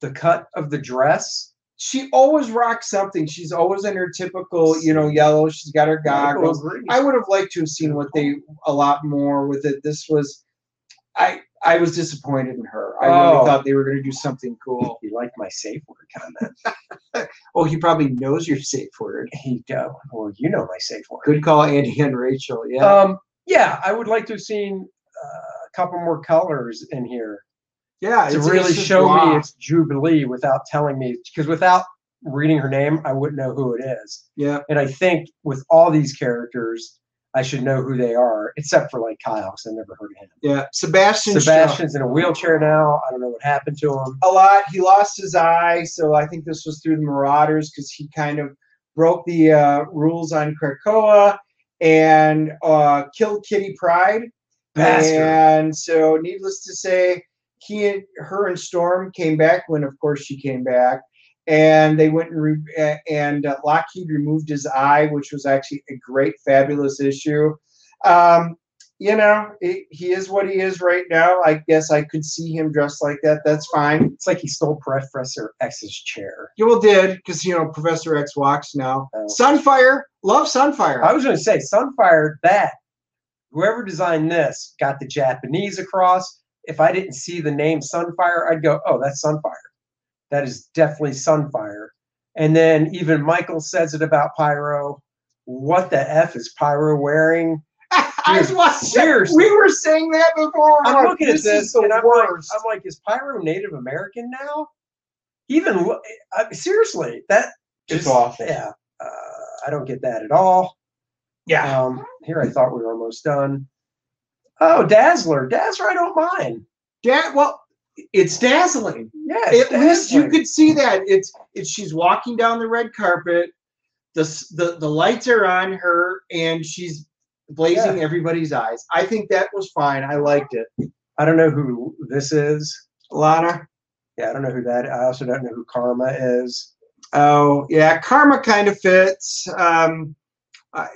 [SPEAKER 3] the cut of the dress.
[SPEAKER 4] she always rocks something. She's always in her typical, you know, yellow. She's got her goggles. I would have liked to have seen what they a lot more with it. This was, I I was disappointed in her. I
[SPEAKER 3] Oh.
[SPEAKER 4] really thought they were going to do something cool.
[SPEAKER 3] You like my safe word comment?
[SPEAKER 4] Oh, he probably knows your safe word.
[SPEAKER 3] He go. Well, you know my safe word.
[SPEAKER 4] Good call, Andy and Rachel. Yeah,
[SPEAKER 3] Um, yeah, I would like to have seen uh, a couple more colors in here.
[SPEAKER 4] yeah.
[SPEAKER 3] to
[SPEAKER 4] it's-
[SPEAKER 3] really
[SPEAKER 4] it's just
[SPEAKER 3] show
[SPEAKER 4] blah.
[SPEAKER 3] me it's Jubilee without telling me, because without reading her name, I wouldn't know who it is.
[SPEAKER 4] yeah.
[SPEAKER 3] And I think with all these characters, I should know who they are, except for like Kyle, because I never heard of him.
[SPEAKER 4] Yeah, Sebastian. Sebastian.
[SPEAKER 3] Sebastian's in a wheelchair now. I don't know what happened to him.
[SPEAKER 4] A lot. He lost his eye, so I think this was through the Marauders because he kind of broke the uh, rules on Krakoa and uh, killed Kitty Pride.
[SPEAKER 3] Bastard.
[SPEAKER 4] And so, needless to say, he and her and Storm came back when, of course, she came back, and they went and re- a- and uh, Lockheed removed his eye, which was actually a great, fabulous issue. Um, you know, it, he is what he is right now. I guess I could see him dressed like that. That's fine.
[SPEAKER 3] It's like he stole Professor X's chair.
[SPEAKER 4] You all did because you know Professor X walks now.
[SPEAKER 3] Oh.
[SPEAKER 4] Sunfire, love Sunfire.
[SPEAKER 3] I was going to say, Sunfire, that, whoever designed this got the Japanese across. If I didn't see the name Sunfire, I'd go, oh, that's Sunfire. That is definitely Sunfire. And then even Michael says it about Pyro. What the F is Pyro wearing?
[SPEAKER 4] I was watching-
[SPEAKER 3] seriously.
[SPEAKER 4] We were saying that before.
[SPEAKER 3] I'm
[SPEAKER 4] We're like,
[SPEAKER 3] looking at
[SPEAKER 4] Oh, this
[SPEAKER 3] this
[SPEAKER 4] is the
[SPEAKER 3] and I'm like,
[SPEAKER 4] worst.
[SPEAKER 3] I'm like, is Pyro Native American now? Even lo- I, seriously, that
[SPEAKER 4] It's awful.
[SPEAKER 3] Yeah, uh, I don't get that at all.
[SPEAKER 4] yeah.
[SPEAKER 3] Um, here I thought we were almost done. Oh, Dazzler. Dazzler, I don't mind.
[SPEAKER 4] Yeah, well, it's dazzling.
[SPEAKER 3] Yeah.
[SPEAKER 4] At
[SPEAKER 3] it's
[SPEAKER 4] least you
[SPEAKER 3] dazzling.
[SPEAKER 4] could see that. It's it's she's walking down the red carpet. The s- the the lights are on her, and she's blazing everybody's eyes. I think that was fine. I liked it.
[SPEAKER 3] I don't know who this is.
[SPEAKER 4] Lana.
[SPEAKER 3] Yeah, I don't know who that. I also don't know who Karma is.
[SPEAKER 4] Oh yeah, Karma kind of fits. Um, I,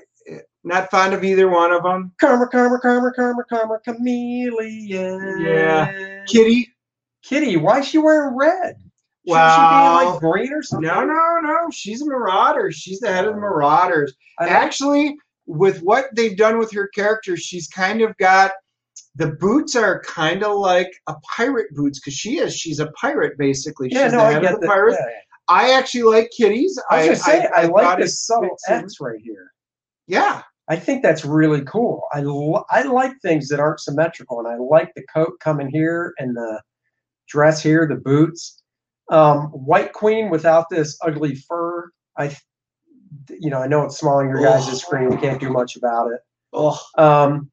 [SPEAKER 4] not fond of either one of them.
[SPEAKER 3] Karma, Karma, Karma, Karma, Karma, Chameleon.
[SPEAKER 4] Yeah. Kitty.
[SPEAKER 3] Kitty, why is she wearing red? Should she be in,
[SPEAKER 4] Wow.
[SPEAKER 3] like green or something?
[SPEAKER 4] No, no, no. She's a marauder. She's the head of the marauders.
[SPEAKER 3] I don't-
[SPEAKER 4] actually with what they've done with her character she's kind of got the boots are kind of like a pirate boots because she is she's a pirate basically
[SPEAKER 3] yeah,
[SPEAKER 4] she's
[SPEAKER 3] no,
[SPEAKER 4] the
[SPEAKER 3] I
[SPEAKER 4] head of
[SPEAKER 3] get
[SPEAKER 4] the
[SPEAKER 3] that.
[SPEAKER 4] pirates.
[SPEAKER 3] yeah, yeah.
[SPEAKER 4] i actually like kitties
[SPEAKER 3] I was going to say, I,
[SPEAKER 4] thought
[SPEAKER 3] like
[SPEAKER 4] it-
[SPEAKER 3] this subtle
[SPEAKER 4] fits in.
[SPEAKER 3] X right here.
[SPEAKER 4] yeah
[SPEAKER 3] I think that's really cool. I, l- I like things that aren't symmetrical, and I like the coat coming here and the dress here, the boots. Um, White Queen without this ugly fur, I, th- you know, I know it's small on your guys'
[SPEAKER 4] Ugh.
[SPEAKER 3] screen. We can't do much about it.
[SPEAKER 4] oh
[SPEAKER 3] Um,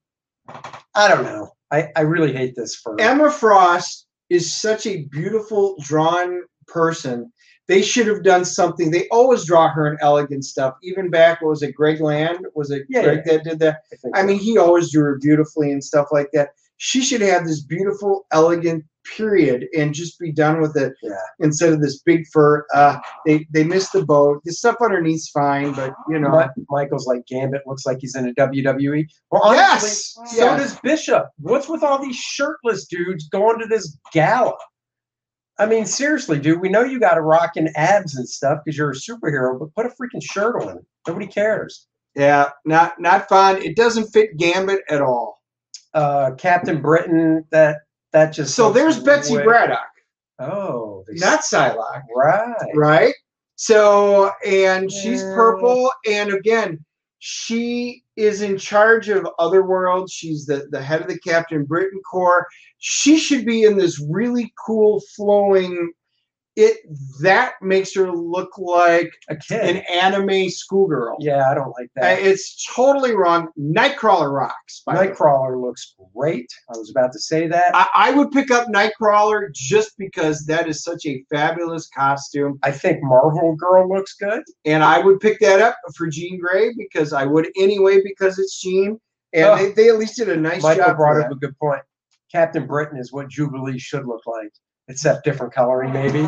[SPEAKER 3] I don't know. I, I really hate this fur.
[SPEAKER 4] emma frost is such a beautiful drawn person they should have done something they always draw her in elegant stuff even back what was it greg land was it
[SPEAKER 3] Yeah,
[SPEAKER 4] greg that did that
[SPEAKER 3] think
[SPEAKER 4] I
[SPEAKER 3] so.
[SPEAKER 4] mean, he always drew her beautifully and stuff like that. She should have this beautiful, elegant period and just be done with it
[SPEAKER 3] Yeah.
[SPEAKER 4] instead of this big fur. Uh, they they missed the boat. The stuff underneath's fine, but you know,
[SPEAKER 3] Mi- Michael's like Gambit looks like he's in a WWE. Well, honestly,
[SPEAKER 4] Yes!
[SPEAKER 3] so
[SPEAKER 4] Yes.
[SPEAKER 3] does Bishop. What's with all these shirtless dudes going to this gala? I mean, seriously, dude, we know you got to rock in abs and stuff because you're a superhero, but put a freaking shirt on. Nobody cares.
[SPEAKER 4] yeah, not not fine. It doesn't fit Gambit at all.
[SPEAKER 3] Uh, Captain Britain, that that just
[SPEAKER 4] So
[SPEAKER 3] looks
[SPEAKER 4] there's Betsy
[SPEAKER 3] way-
[SPEAKER 4] Braddock,
[SPEAKER 3] Oh, they-
[SPEAKER 4] not Psylocke,
[SPEAKER 3] right.
[SPEAKER 4] right? So and she's purple, and again, She is in charge of Otherworld. She's the, the head of the Captain Britain Corps. She should be in this really cool flowing. It that makes her look like
[SPEAKER 3] A
[SPEAKER 4] an
[SPEAKER 3] kid.
[SPEAKER 4] anime schoolgirl.
[SPEAKER 3] Yeah, I don't like
[SPEAKER 4] Uh,
[SPEAKER 3] that.
[SPEAKER 4] It's totally wrong. Nightcrawler rocks. By the way.
[SPEAKER 3] Nightcrawler looks great. I was about to say that.
[SPEAKER 4] I, I would pick up Nightcrawler just because that is such a fabulous costume.
[SPEAKER 3] I think Marvel Girl looks good.
[SPEAKER 4] And I would pick that up for Jean Grey because I would anyway because it's Jean. And
[SPEAKER 3] Oh.
[SPEAKER 4] they, they at least did a nice
[SPEAKER 3] Michael
[SPEAKER 4] job. for
[SPEAKER 3] brought up
[SPEAKER 4] that.
[SPEAKER 3] a good point. Captain Britain is what Jubilee should look like, except different coloring maybe.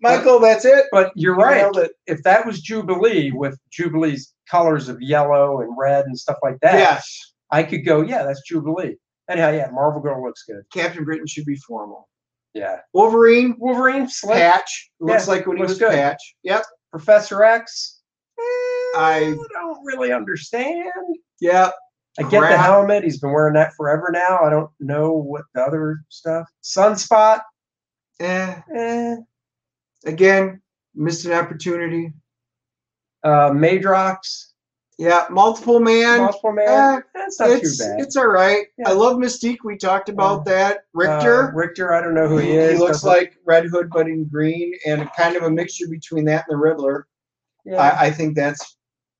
[SPEAKER 4] Michael, that's it.
[SPEAKER 3] But you're
[SPEAKER 4] You
[SPEAKER 3] right.
[SPEAKER 4] nailed it.
[SPEAKER 3] If that was Jubilee with Jubilee's colors of yellow and red and stuff like that,
[SPEAKER 4] Yes.
[SPEAKER 3] I could go, yeah, that's Jubilee. Anyhow, yeah, Marvel Girl looks good.
[SPEAKER 4] Captain Britain should be formal.
[SPEAKER 3] Yeah.
[SPEAKER 4] Wolverine,
[SPEAKER 3] Wolverine, Slick,
[SPEAKER 4] Patch. Looks
[SPEAKER 3] Yeah,
[SPEAKER 4] like when he
[SPEAKER 3] looks
[SPEAKER 4] was
[SPEAKER 3] good.
[SPEAKER 4] Patch. Yep.
[SPEAKER 3] Professor X. eh,
[SPEAKER 4] I-
[SPEAKER 3] don't really understand.
[SPEAKER 4] Yep.
[SPEAKER 3] I get the
[SPEAKER 4] Crap.
[SPEAKER 3] helmet. He's been wearing that forever now. I don't know what the other stuff. Sunspot.
[SPEAKER 4] Eh.
[SPEAKER 3] Eh.
[SPEAKER 4] Again, missed an opportunity.
[SPEAKER 3] Uh, Madrox.
[SPEAKER 4] Yeah. Multiple man.
[SPEAKER 3] Multiple Man.
[SPEAKER 4] eh,
[SPEAKER 3] that's not
[SPEAKER 4] it's,
[SPEAKER 3] too bad.
[SPEAKER 4] It's all right.
[SPEAKER 3] Yeah.
[SPEAKER 4] I love Mystique. We talked about that. Richter.
[SPEAKER 3] Uh, Richter, I don't know who he is.
[SPEAKER 4] looks
[SPEAKER 3] doesn't-
[SPEAKER 4] like Red Hood, but in green, and kind of a mixture between that and the Riddler.
[SPEAKER 3] Yeah.
[SPEAKER 4] I, I think that's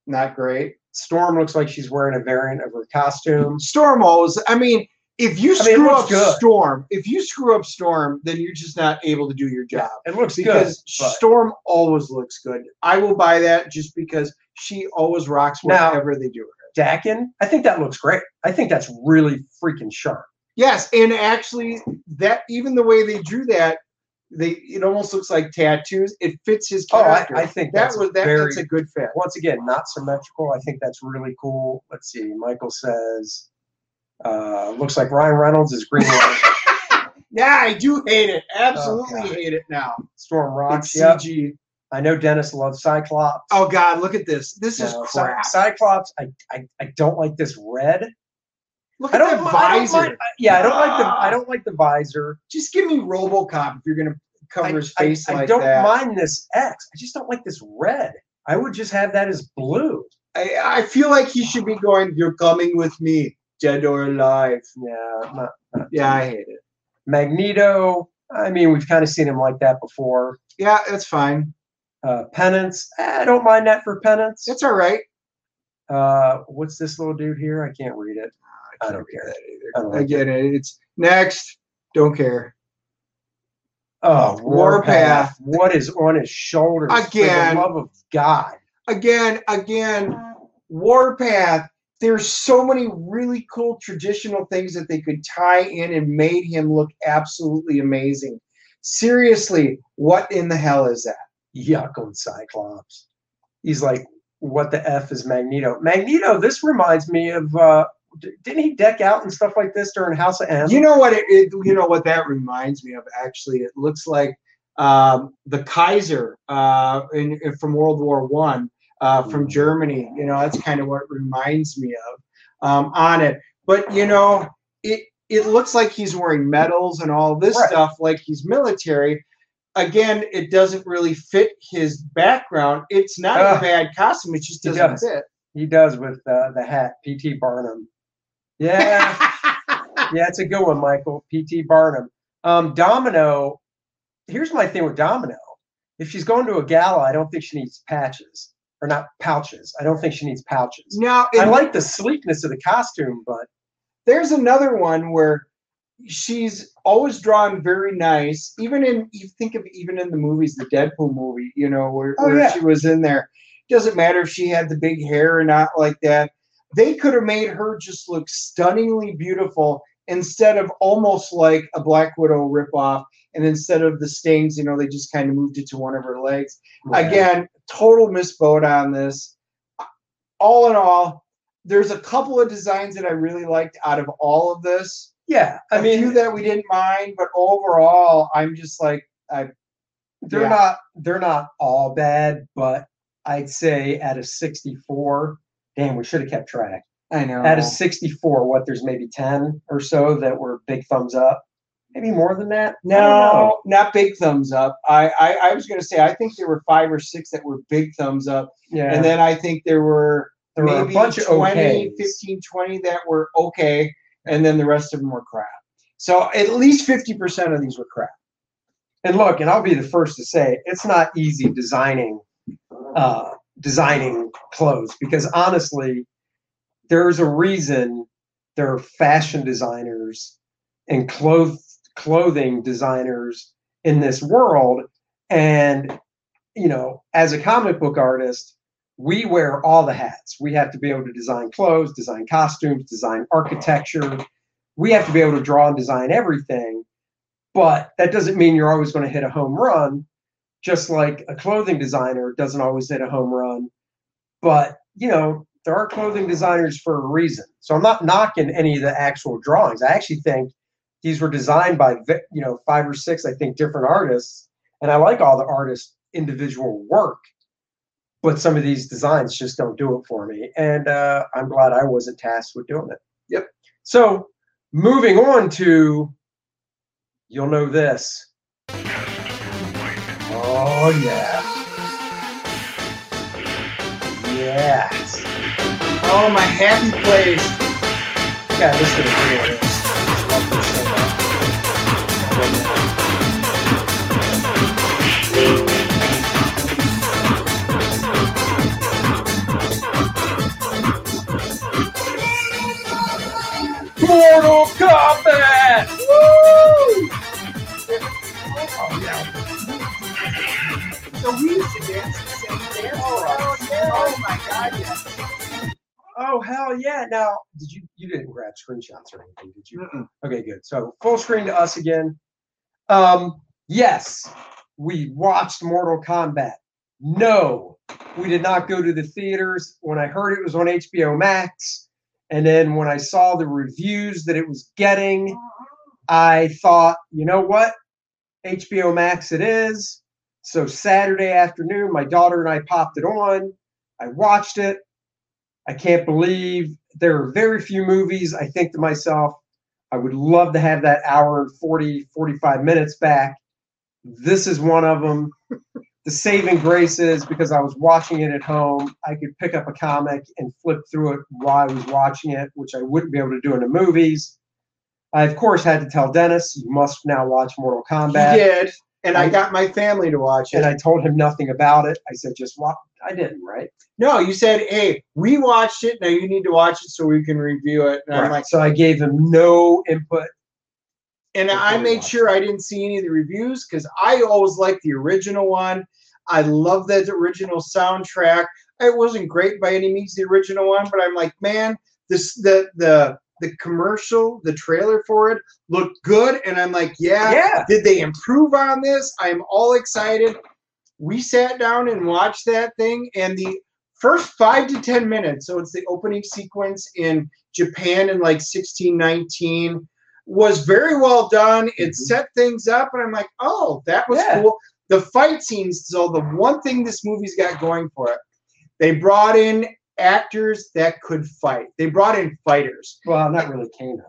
[SPEAKER 4] not great.
[SPEAKER 3] Storm looks like she's wearing a variant of her costume.
[SPEAKER 4] Storm always. I mean, if you
[SPEAKER 3] I mean, it
[SPEAKER 4] screw
[SPEAKER 3] looks
[SPEAKER 4] up
[SPEAKER 3] good.
[SPEAKER 4] Storm, if you screw up Storm, then you're just not able to do your job
[SPEAKER 3] It looks
[SPEAKER 4] because
[SPEAKER 3] good. but-
[SPEAKER 4] Storm always looks good. I will buy that just because she always rocks
[SPEAKER 3] Now-
[SPEAKER 4] whatever they do.
[SPEAKER 3] Dakin, I think that looks great. I think that's really freaking sharp.
[SPEAKER 4] Yes, and actually, that even the way they drew that, they it almost looks like tattoos. It fits his
[SPEAKER 3] Oh, I,
[SPEAKER 4] character.
[SPEAKER 3] I think
[SPEAKER 4] that
[SPEAKER 3] that's
[SPEAKER 4] was that,
[SPEAKER 3] very,
[SPEAKER 4] that's a good fit.
[SPEAKER 3] once again, not symmetrical. I think that's really cool. Let's see. Michael says, uh, looks like Ryan Reynolds is Green Lantern.
[SPEAKER 4] Yeah, I do hate it. Absolutely
[SPEAKER 3] Oh, God.
[SPEAKER 4] hate it now.
[SPEAKER 3] Storm rocks.
[SPEAKER 4] It's
[SPEAKER 3] Yep.
[SPEAKER 4] CG.
[SPEAKER 3] I know Dennis loves Cyclops.
[SPEAKER 4] Oh God, look at this. This is
[SPEAKER 3] No, Cy-
[SPEAKER 4] crap.
[SPEAKER 3] Cyclops. I, I, I don't like this red.
[SPEAKER 4] Look
[SPEAKER 3] I
[SPEAKER 4] at
[SPEAKER 3] don't,
[SPEAKER 4] that
[SPEAKER 3] mi- I don't
[SPEAKER 4] visor.
[SPEAKER 3] mind- I- yeah, I don't like the I don't like the visor.
[SPEAKER 4] Just give me RoboCop if you're gonna cover
[SPEAKER 3] I,
[SPEAKER 4] his
[SPEAKER 3] I-
[SPEAKER 4] face
[SPEAKER 3] I
[SPEAKER 4] like
[SPEAKER 3] don't
[SPEAKER 4] that.
[SPEAKER 3] mind this X. I just don't like this red. I would just have that as blue.
[SPEAKER 4] I, I feel like he should be going. You're coming with me, dead or alive.
[SPEAKER 3] Yeah, not
[SPEAKER 4] Yeah, I hate it.
[SPEAKER 3] Magneto. I mean, we've kind of seen him like that before.
[SPEAKER 4] Yeah, that's fine.
[SPEAKER 3] Uh, Penance. eh, I don't mind that for Penance.
[SPEAKER 4] That's all right.
[SPEAKER 3] Uh, what's this little dude here? I can't read it. I don't care. I don't
[SPEAKER 4] I
[SPEAKER 3] like it.
[SPEAKER 4] get it. It's next. Don't care.
[SPEAKER 3] Oh,
[SPEAKER 4] Warpath.
[SPEAKER 3] Warpath. What is on his shoulders?
[SPEAKER 4] Again.
[SPEAKER 3] For the love of God.
[SPEAKER 4] again, again, Warpath. There's so many really cool traditional things that they could tie in and made him look absolutely amazing. Seriously, what in the hell is that?
[SPEAKER 3] yuck on Cyclops. He's like, what the f is Magneto? Magneto. This reminds me of uh, d- didn't he deck out and stuff like this during House of M?
[SPEAKER 4] You know what? It, it- you know what that reminds me of. Actually, it looks like um, the Kaiser uh, in, in- from World War One uh, from
[SPEAKER 3] Mm.
[SPEAKER 4] Germany. You know, that's kind of what it reminds me of um, on it. But you know, it it looks like he's wearing medals and all this
[SPEAKER 3] Right.
[SPEAKER 4] stuff, like he's military. Again, it doesn't really fit his background. It's not
[SPEAKER 3] Ah.
[SPEAKER 4] a bad costume. It just
[SPEAKER 3] It
[SPEAKER 4] doesn't
[SPEAKER 3] does.
[SPEAKER 4] fit.
[SPEAKER 3] he does with uh, the hat. P.T. Barnum. Yeah, yeah, it's a good one, Michael. P.T. Barnum. Um, Domino. Here's my thing with Domino. If she's going to a gala, I don't think she needs patches or not pouches. I don't think she needs pouches.
[SPEAKER 4] now,
[SPEAKER 3] I
[SPEAKER 4] in
[SPEAKER 3] like the sleekness of the costume, but
[SPEAKER 4] there's another one where she's always drawn very nice even in you think of even in the movies the deadpool movie you know where,
[SPEAKER 3] Oh,
[SPEAKER 4] where
[SPEAKER 3] yeah.
[SPEAKER 4] she was in there doesn't matter if she had the big hair or not like that they could have made her just look stunningly beautiful instead of almost like a black widow ripoff and instead of the stings you know they just kind of moved it to one of her legs Again, total misboat on this. All in all, there's a couple of designs that I really liked out of all of this.
[SPEAKER 3] yeah. I
[SPEAKER 4] A
[SPEAKER 3] mean,
[SPEAKER 4] few that we didn't mind, but overall, I'm just like,
[SPEAKER 3] they're
[SPEAKER 4] Yeah.
[SPEAKER 3] not they're not all bad, but I'd say at a 64, damn, we should have kept track.
[SPEAKER 4] I know.
[SPEAKER 3] At a 64, what there's maybe 10 or so that were big thumbs up, maybe more than that. I don't know.
[SPEAKER 4] no, not big thumbs up. I, I I was gonna say I think there were five or six that were big thumbs up,
[SPEAKER 3] yeah,
[SPEAKER 4] and then I think there were
[SPEAKER 3] There were a
[SPEAKER 4] maybe
[SPEAKER 3] bunch of
[SPEAKER 4] 20,
[SPEAKER 3] okays.
[SPEAKER 4] 15, 20 that were okay, and then the rest of them were crap. So at least 50% of these were crap.
[SPEAKER 3] and look, and I'll be the first to say it's not easy designing uh, designing clothes because honestly, there's a reason there are fashion designers and cloth clothing designers in this world, and you know, as a comic book artist, we wear all the hats. We have to be able to design clothes, design costumes, design architecture. We have to be able to draw and design everything but that doesn't mean you're always going to hit a home run just like a clothing designer doesn't always hit a home run but you know there are clothing designers for a reason so i'm not knocking any of the actual drawings i actually think these were designed by ve- you know five or six i think different artists and i like all the artists individual work but some of these designs just don't do it for me and uh, i'm glad i wasn't tasked with doing it
[SPEAKER 4] Yep.
[SPEAKER 3] so moving on to you'll know this. Oh yeah. Yes.
[SPEAKER 4] Oh, my happy place.
[SPEAKER 3] Yeah, this is gonna be I love this so much. Mortal Kombat! Woo!
[SPEAKER 4] Oh, yeah. So we used to dance the same dance. Oh, oh my God, yeah.
[SPEAKER 3] Oh hell yeah! Now, did you you didn't grab screenshots or anything, did you? Okay, good. So full screen to us again. Um, yes, we watched Mortal Kombat. No, we did not go to the theaters. When I heard it was on HBO Max, and then when I saw the reviews that it was getting, I thought, you know what? HBO Max it is. So Saturday afternoon, my daughter and I popped it on. I watched it. I can't believe there are very few movies. I think to myself, I would love to have that hour and 40, 45 minutes back. This is one of them. The saving grace is because I was watching it at home, I could pick up a comic and flip through it while I was watching it, which I wouldn't be able to do in the movies. I, of course, had to tell Dennis, you must now watch Mortal Kombat.
[SPEAKER 4] He did, and I
[SPEAKER 3] I-
[SPEAKER 4] got my family to watch it.
[SPEAKER 3] And I told him nothing about it. I said, just watch. I didn't, right?
[SPEAKER 4] no, you said, hey, we watched it. Now you need to watch it so we can review it. And I'm
[SPEAKER 3] Right.
[SPEAKER 4] like,
[SPEAKER 3] so I gave him no input.
[SPEAKER 4] and
[SPEAKER 3] Before
[SPEAKER 4] I
[SPEAKER 3] we
[SPEAKER 4] made
[SPEAKER 3] watched
[SPEAKER 4] sure I didn't see any of the reviews because I always liked the original one. I love that original soundtrack. It wasn't great by any means, the original one, but I'm like, man, this the the the commercial, the trailer for it looked good, and I'm like, yeah,
[SPEAKER 3] Yeah.
[SPEAKER 4] Did they improve on this? I'm all excited. We sat down and watched that thing, and the first five to ten minutes, so it's the opening sequence in Japan in like 1619, was very well done. It
[SPEAKER 3] Mhm.
[SPEAKER 4] set things up, and I'm like, oh, that was
[SPEAKER 3] Yeah.
[SPEAKER 4] cool. The fight scenes, so the one thing this movie's got going for it, they brought in actors that could fight. They brought in fighters.
[SPEAKER 3] Well, not really Kano.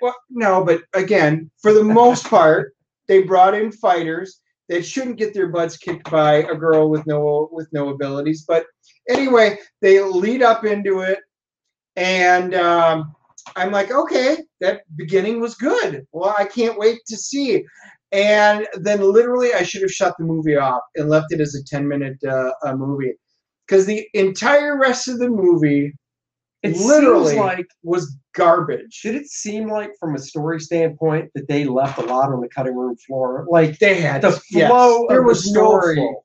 [SPEAKER 4] Well, no, but again, for the most part, they brought in fighters that shouldn't get their butts kicked by a girl with no with no abilities. But anyway, they lead up into it, and um, I'm like, okay, that beginning was good. Well, I can't wait to see. And then literally, I should have shut the movie off and left it as a 10 minute uh, uh, movie because the entire rest of the movie
[SPEAKER 3] It
[SPEAKER 4] Literally.
[SPEAKER 3] seems like
[SPEAKER 4] was garbage.
[SPEAKER 3] should it seem like from a story standpoint that they left a lot on the cutting room floor? Like
[SPEAKER 4] They had
[SPEAKER 3] the
[SPEAKER 4] yes.
[SPEAKER 3] flow
[SPEAKER 4] There
[SPEAKER 3] of
[SPEAKER 4] was
[SPEAKER 3] the
[SPEAKER 4] no
[SPEAKER 3] story
[SPEAKER 4] flow.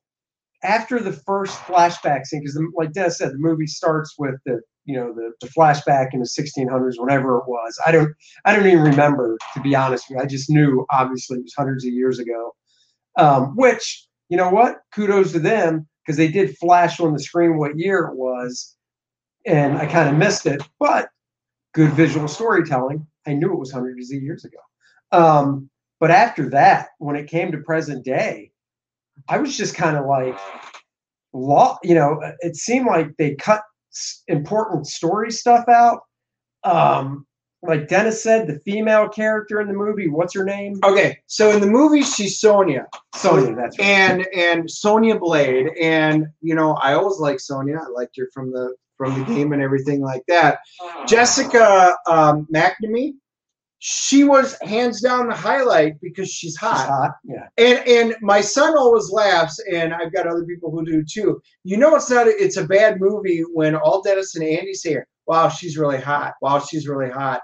[SPEAKER 3] after the first flashback scene, because like Dennis said, the movie starts with the you know the, the flashback in the 1600s, whatever it was. I don't I don't even remember to be honest with you. I just knew obviously it was hundreds of years ago. Um, which you know what? Kudos to them because they did flash on the screen what year it was, and I kind of missed it, but good visual storytelling. I knew it was hundreds of years ago. Um, but after that, when it came to present day, I was just kind of like, law. You know, it seemed like they cut s- important story stuff out. Um, like Dennis said, the female character in the movie, what's her name?
[SPEAKER 4] Okay, so in the movie, she's Sonia,
[SPEAKER 3] Sonya. That's right.
[SPEAKER 4] and and Sonia Blade, and you know I always liked Sonia. I liked her from the from the game and everything like that. Jessica um, McNamee, she was hands down the highlight because she's hot.
[SPEAKER 3] Yeah.
[SPEAKER 4] And and my son always laughs, and I've got other people who do too. You know, it's not. A, it's a bad movie when all Dennis and Andy say, "Wow, she's really hot. Wow, she's really hot."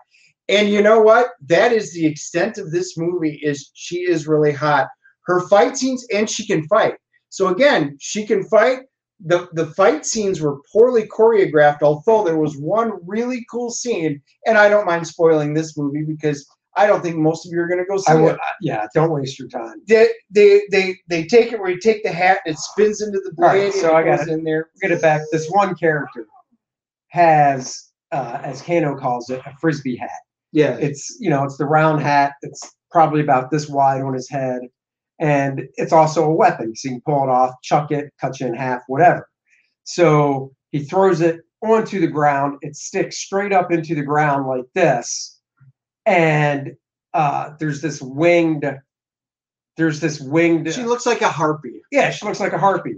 [SPEAKER 4] And you know what? That is the extent of this movie. Is she is really hot. Her fight scenes, and she can fight. So again, she can fight. The, the fight scenes were poorly choreographed, although there was one really cool scene, and I don't mind spoiling this movie because I don't think most of you are going to go see
[SPEAKER 3] I
[SPEAKER 4] it
[SPEAKER 3] would. Yeah. Don't waste your time.
[SPEAKER 4] they they they they take it where you take the hat and it spins into the blade
[SPEAKER 3] All right,
[SPEAKER 4] and
[SPEAKER 3] so
[SPEAKER 4] it
[SPEAKER 3] I got
[SPEAKER 4] goes in there.
[SPEAKER 3] Get it back. This one character has, uh, as Kano calls it, a frisbee hat.
[SPEAKER 4] Yeah.
[SPEAKER 3] It's you know, it's the round hat. It's probably about this wide on his head, and it's also a weapon. So you can pull it off, chuck it, cut you in half, whatever. So he throws it onto the ground. It sticks straight up into the ground like this, and uh, there's this winged. There's this winged.
[SPEAKER 4] She looks like a harpy.
[SPEAKER 3] Yeah, she looks like a harpy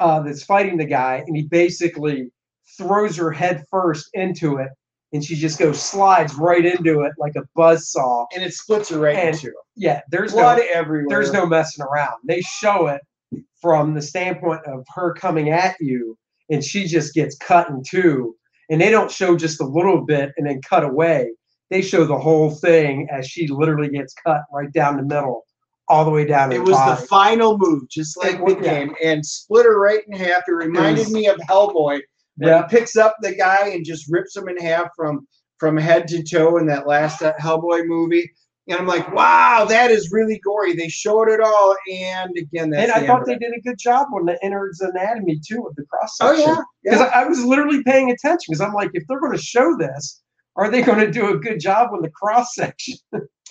[SPEAKER 3] uh, that's fighting the guy, and he basically throws her head first into it, and she just goes slides right into it like a buzzsaw.
[SPEAKER 4] And it splits her right
[SPEAKER 3] And
[SPEAKER 4] into.
[SPEAKER 3] Yeah, there's
[SPEAKER 4] Blood
[SPEAKER 3] no
[SPEAKER 4] everywhere.
[SPEAKER 3] there's no messing around. They show it from the standpoint of her coming at you, and she just gets cut in two, and they don't show just a little bit and then cut away. They show the whole thing as she literally gets cut right down the middle, all the way down to
[SPEAKER 4] It
[SPEAKER 3] the
[SPEAKER 4] was
[SPEAKER 3] body.
[SPEAKER 4] the final move, just like
[SPEAKER 3] It was-
[SPEAKER 4] the
[SPEAKER 3] yeah.
[SPEAKER 4] game, and split her right in half. It reminded
[SPEAKER 3] was-
[SPEAKER 4] me of Hellboy. When
[SPEAKER 3] Yeah.
[SPEAKER 4] he picks up the guy and just rips him in half from from head to toe in that last uh, Hellboy movie. And I'm like, wow, that is really gory. They showed it all, and again, that's
[SPEAKER 3] and I
[SPEAKER 4] the
[SPEAKER 3] thought
[SPEAKER 4] end
[SPEAKER 3] they
[SPEAKER 4] of it.
[SPEAKER 3] did a good job on the innards anatomy too of the cross
[SPEAKER 4] Oh
[SPEAKER 3] section.
[SPEAKER 4] yeah, yeah.
[SPEAKER 3] Because I, I was literally paying attention because I'm like, if they're going to show this, are they going to do a good job on the cross section?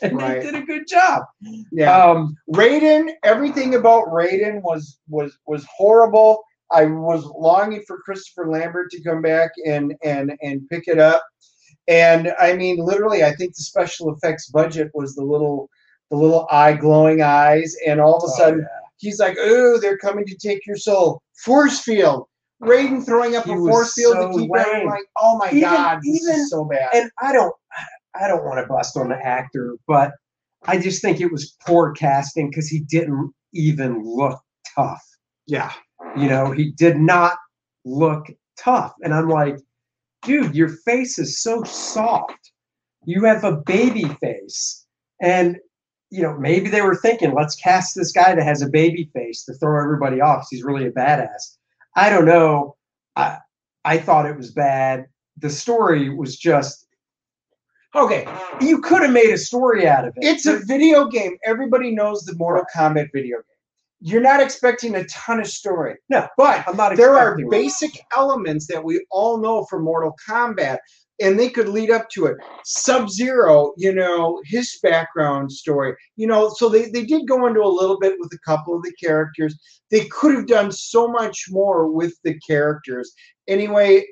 [SPEAKER 3] and
[SPEAKER 4] Right.
[SPEAKER 3] they did a good job.
[SPEAKER 4] yeah.
[SPEAKER 3] Um,
[SPEAKER 4] Raiden, everything about Raiden was was was horrible. I was longing for Christopher Lambert to come back and and and pick it up. And I mean, literally, I think the special effects budget was the little the little eye glowing eyes, and all of
[SPEAKER 3] Oh,
[SPEAKER 4] a sudden he's like, "Ooh, they're coming to take your soul." Force field. Raiden throwing up
[SPEAKER 3] Oh, He
[SPEAKER 4] a
[SPEAKER 3] was
[SPEAKER 4] force field to
[SPEAKER 3] so
[SPEAKER 4] keep
[SPEAKER 3] lame.
[SPEAKER 4] everyone like, "Oh my
[SPEAKER 3] Even-
[SPEAKER 4] god, this
[SPEAKER 3] even-
[SPEAKER 4] is so bad."
[SPEAKER 3] and I don't, I don't want to bust on the actor, but I just think it was poor casting because he didn't even look tough.
[SPEAKER 4] yeah,
[SPEAKER 3] You know, he did not look tough. And I'm like, dude, your face is so soft. You have a baby face. And, you know, maybe they were thinking, let's cast this guy that has a baby face to throw everybody off 'cause he's really a badass. I don't know. I I thought it was bad. The story was just
[SPEAKER 4] okay.
[SPEAKER 3] you could have made a story out of it.
[SPEAKER 4] It's a video game. Everybody knows the Mortal Kombat video game. You're not expecting a ton of story.
[SPEAKER 3] No,
[SPEAKER 4] But
[SPEAKER 3] I'm not
[SPEAKER 4] there are
[SPEAKER 3] expecting one.
[SPEAKER 4] basic elements that we all know from Mortal Kombat, and they could lead up to it. Sub Zero, you know, his background story, you know, so they, they did go into a little bit with a couple of the characters. They could have done so much more with the characters. Anyway,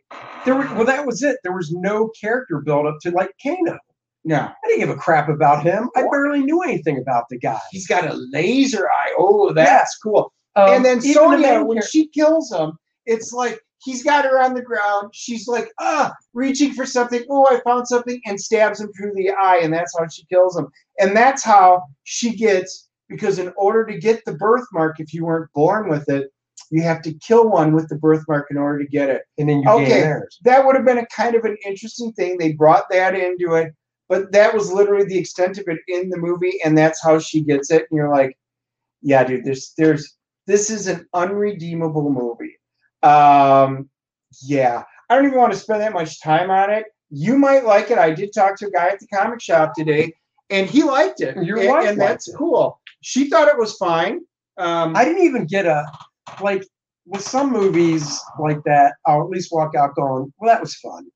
[SPEAKER 3] there were, well that was it. There was no character build up to like Kano.
[SPEAKER 4] no.
[SPEAKER 3] I didn't give a crap about him. I barely knew anything about the guy.
[SPEAKER 4] He's got a laser eye. Oh, that's cool.
[SPEAKER 3] Um,
[SPEAKER 4] and then
[SPEAKER 3] even the
[SPEAKER 4] Sonya,
[SPEAKER 3] main
[SPEAKER 4] when
[SPEAKER 3] char-
[SPEAKER 4] she kills him, it's like he's got her on the ground. She's like, ah, reaching for something. Oh, I found something, and stabs him through the eye, and that's how she kills him. And that's how she gets because in order to get the birthmark, if you weren't born with it, you have to kill one with the birthmark in order to get it.
[SPEAKER 3] and then you
[SPEAKER 4] Okay.
[SPEAKER 3] gain theirs.
[SPEAKER 4] That would have been a kind of an interesting thing. They brought that into it, but that was literally the extent of it in the movie, and that's how she gets it. And you're like, yeah, dude, there's there's this is an unredeemable movie. Um, yeah, I don't even want to spend that much time on it. You might like it. I did talk to a guy at the comic shop today, and he liked it.
[SPEAKER 3] Your
[SPEAKER 4] and,
[SPEAKER 3] wife
[SPEAKER 4] and
[SPEAKER 3] liked
[SPEAKER 4] that's
[SPEAKER 3] it.
[SPEAKER 4] cool. She thought it was fine. Um,
[SPEAKER 3] I didn't even get a like with some movies like that. I'll at least walk out going, "Well, that was fun,"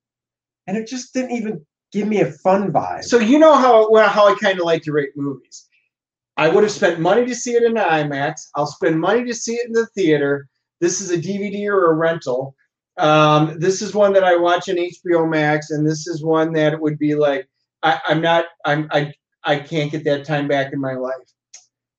[SPEAKER 3] and it just didn't even give me a fun vibe.
[SPEAKER 4] So you know how well, how I kind of like to rate movies. I would have spent money to see it in IMAX. I'll spend money to see it in the theater. This is a DVD or a rental. Um, this is one that I watch in HBO Max, and this is one that would be like I, I'm not I'm I I can't get that time back in my life.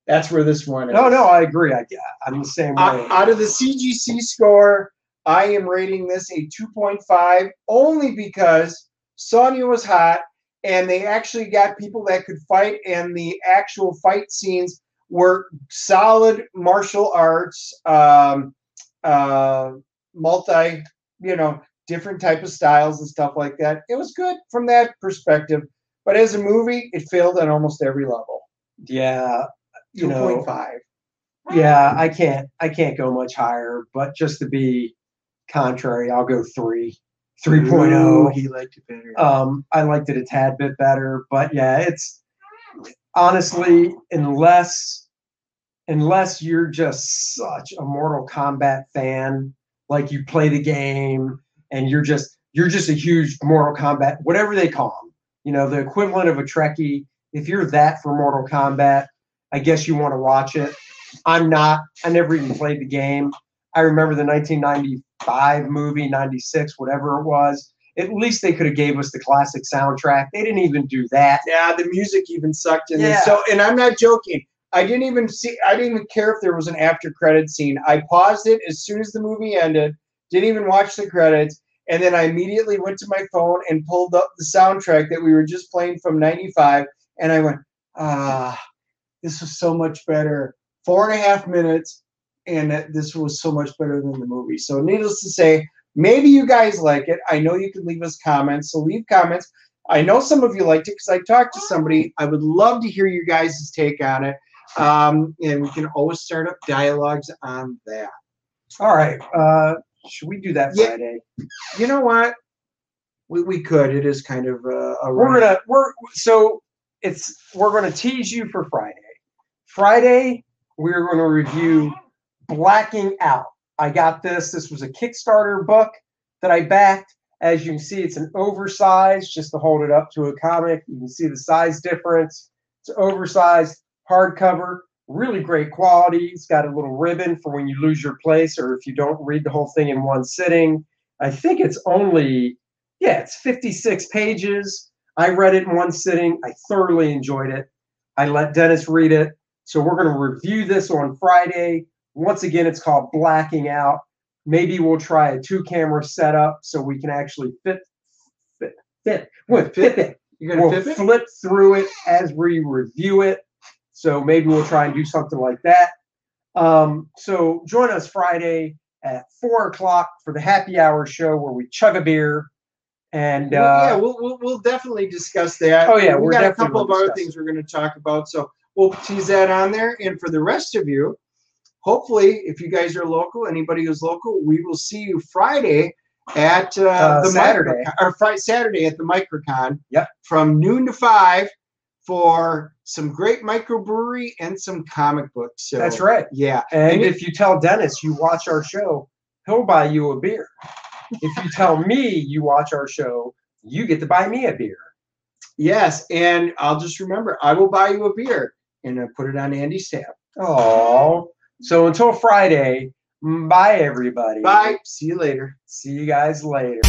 [SPEAKER 4] That's where this one is.
[SPEAKER 3] no, no, I agree. I I'm the same way.
[SPEAKER 4] Out, out of the CGC score, I am rating this a 2.5 only because Sonya was hot and they actually got people that could fight, and the actual fight scenes were solid martial arts, um, uh, multi, you know, different type of styles and stuff like that. It was good from that perspective, but as a movie, it failed on almost every level.
[SPEAKER 3] Yeah, you
[SPEAKER 4] Two
[SPEAKER 3] know,
[SPEAKER 4] point five.
[SPEAKER 3] yeah, I can't, I can't go much higher. But just to be contrary, I'll go three, oh. 3.0.
[SPEAKER 4] oh, He liked it better.
[SPEAKER 3] Um, I liked it a tad bit better, but yeah, it's honestly unless unless you're just such a Mortal Kombat fan, like you play the game and you're just you're just a huge Mortal Kombat, whatever they call them, you know, the equivalent of a Trekkie. If you're that for Mortal Kombat, I guess you want to watch it. I'm not. I never even played the game. I remember the 1995 movie, 96, whatever it was. At least they could have gave us the classic soundtrack. They didn't even do that.
[SPEAKER 4] yeah, the music even sucked in.
[SPEAKER 3] Yeah.
[SPEAKER 4] This. So, and I'm not joking. I didn't even see. I didn't even care if there was an after credit scene. I paused it as soon as the movie ended. Didn't even watch the credits, and then I immediately went to my phone and pulled up the soundtrack that we were just playing from '95, and I went, "Ah, this was so much better." Four and a half minutes, and that- this was so much better than the movie. So, needless to say, maybe you guys like it. I know you can leave us comments, so leave comments. I know some of you liked it because I talked to somebody. I would love to hear you guys' take on it. Um, and we can always start up dialogues on that.
[SPEAKER 3] All right. Uh, should we do that
[SPEAKER 4] Yeah.
[SPEAKER 3] Friday?
[SPEAKER 4] You know what? We, we could. It is kind of a, a
[SPEAKER 3] We're gonna we're so it's we're gonna tease you for Friday. Friday we're gonna review Blacking Out. I got this. This was a Kickstarter book that I backed. As you can see, it's an oversized, just to hold it up to a comic. You can see the size difference. It's oversized, hardcover, really great quality. It's got a little ribbon for when you lose your place or if you don't read the whole thing in one sitting. I think it's only, yeah, it's 56 pages. I read it in one sitting. I thoroughly enjoyed it. I let Dennis read it. So we're going to review this on Friday. Once again, it's called Blacking Out. Maybe we'll try a two camera setup so we can actually fit, fit, fit, fit, fit it
[SPEAKER 4] You're gonna
[SPEAKER 3] we'll
[SPEAKER 4] flip it?
[SPEAKER 3] flip through it as we review it. So maybe we'll try and do something like that. Um, so join us Friday at four o'clock for the happy hour show where we chug a beer and
[SPEAKER 4] Well, yeah,
[SPEAKER 3] uh,
[SPEAKER 4] we'll, we'll we'll definitely discuss that.
[SPEAKER 3] Oh, yeah,
[SPEAKER 4] we
[SPEAKER 3] we're
[SPEAKER 4] got a
[SPEAKER 3] definitely
[SPEAKER 4] couple of
[SPEAKER 3] gonna
[SPEAKER 4] other
[SPEAKER 3] discuss
[SPEAKER 4] things we're going to talk about, so we'll tease that on there. And for the rest of you, hopefully, if you guys are local, anybody who's local, we will see you Friday at uh,
[SPEAKER 3] Uh,
[SPEAKER 4] the
[SPEAKER 3] Saturday.
[SPEAKER 4] Microcon, or Friday Saturday at the Microcon.
[SPEAKER 3] Yep.
[SPEAKER 4] from noon to five for some great microbrewery and some comic books. So
[SPEAKER 3] that's right.
[SPEAKER 4] Yeah,
[SPEAKER 3] And
[SPEAKER 4] And
[SPEAKER 3] if you tell Dennis you watch our show, he'll buy you a beer. if you tell me you watch our show, you get to buy me a beer.
[SPEAKER 4] yes, and I'll just remember I will buy you a beer and I put it on Andy's tab.
[SPEAKER 3] Oh, so until Friday, bye everybody.
[SPEAKER 4] Bye. See you later.
[SPEAKER 3] See you guys later.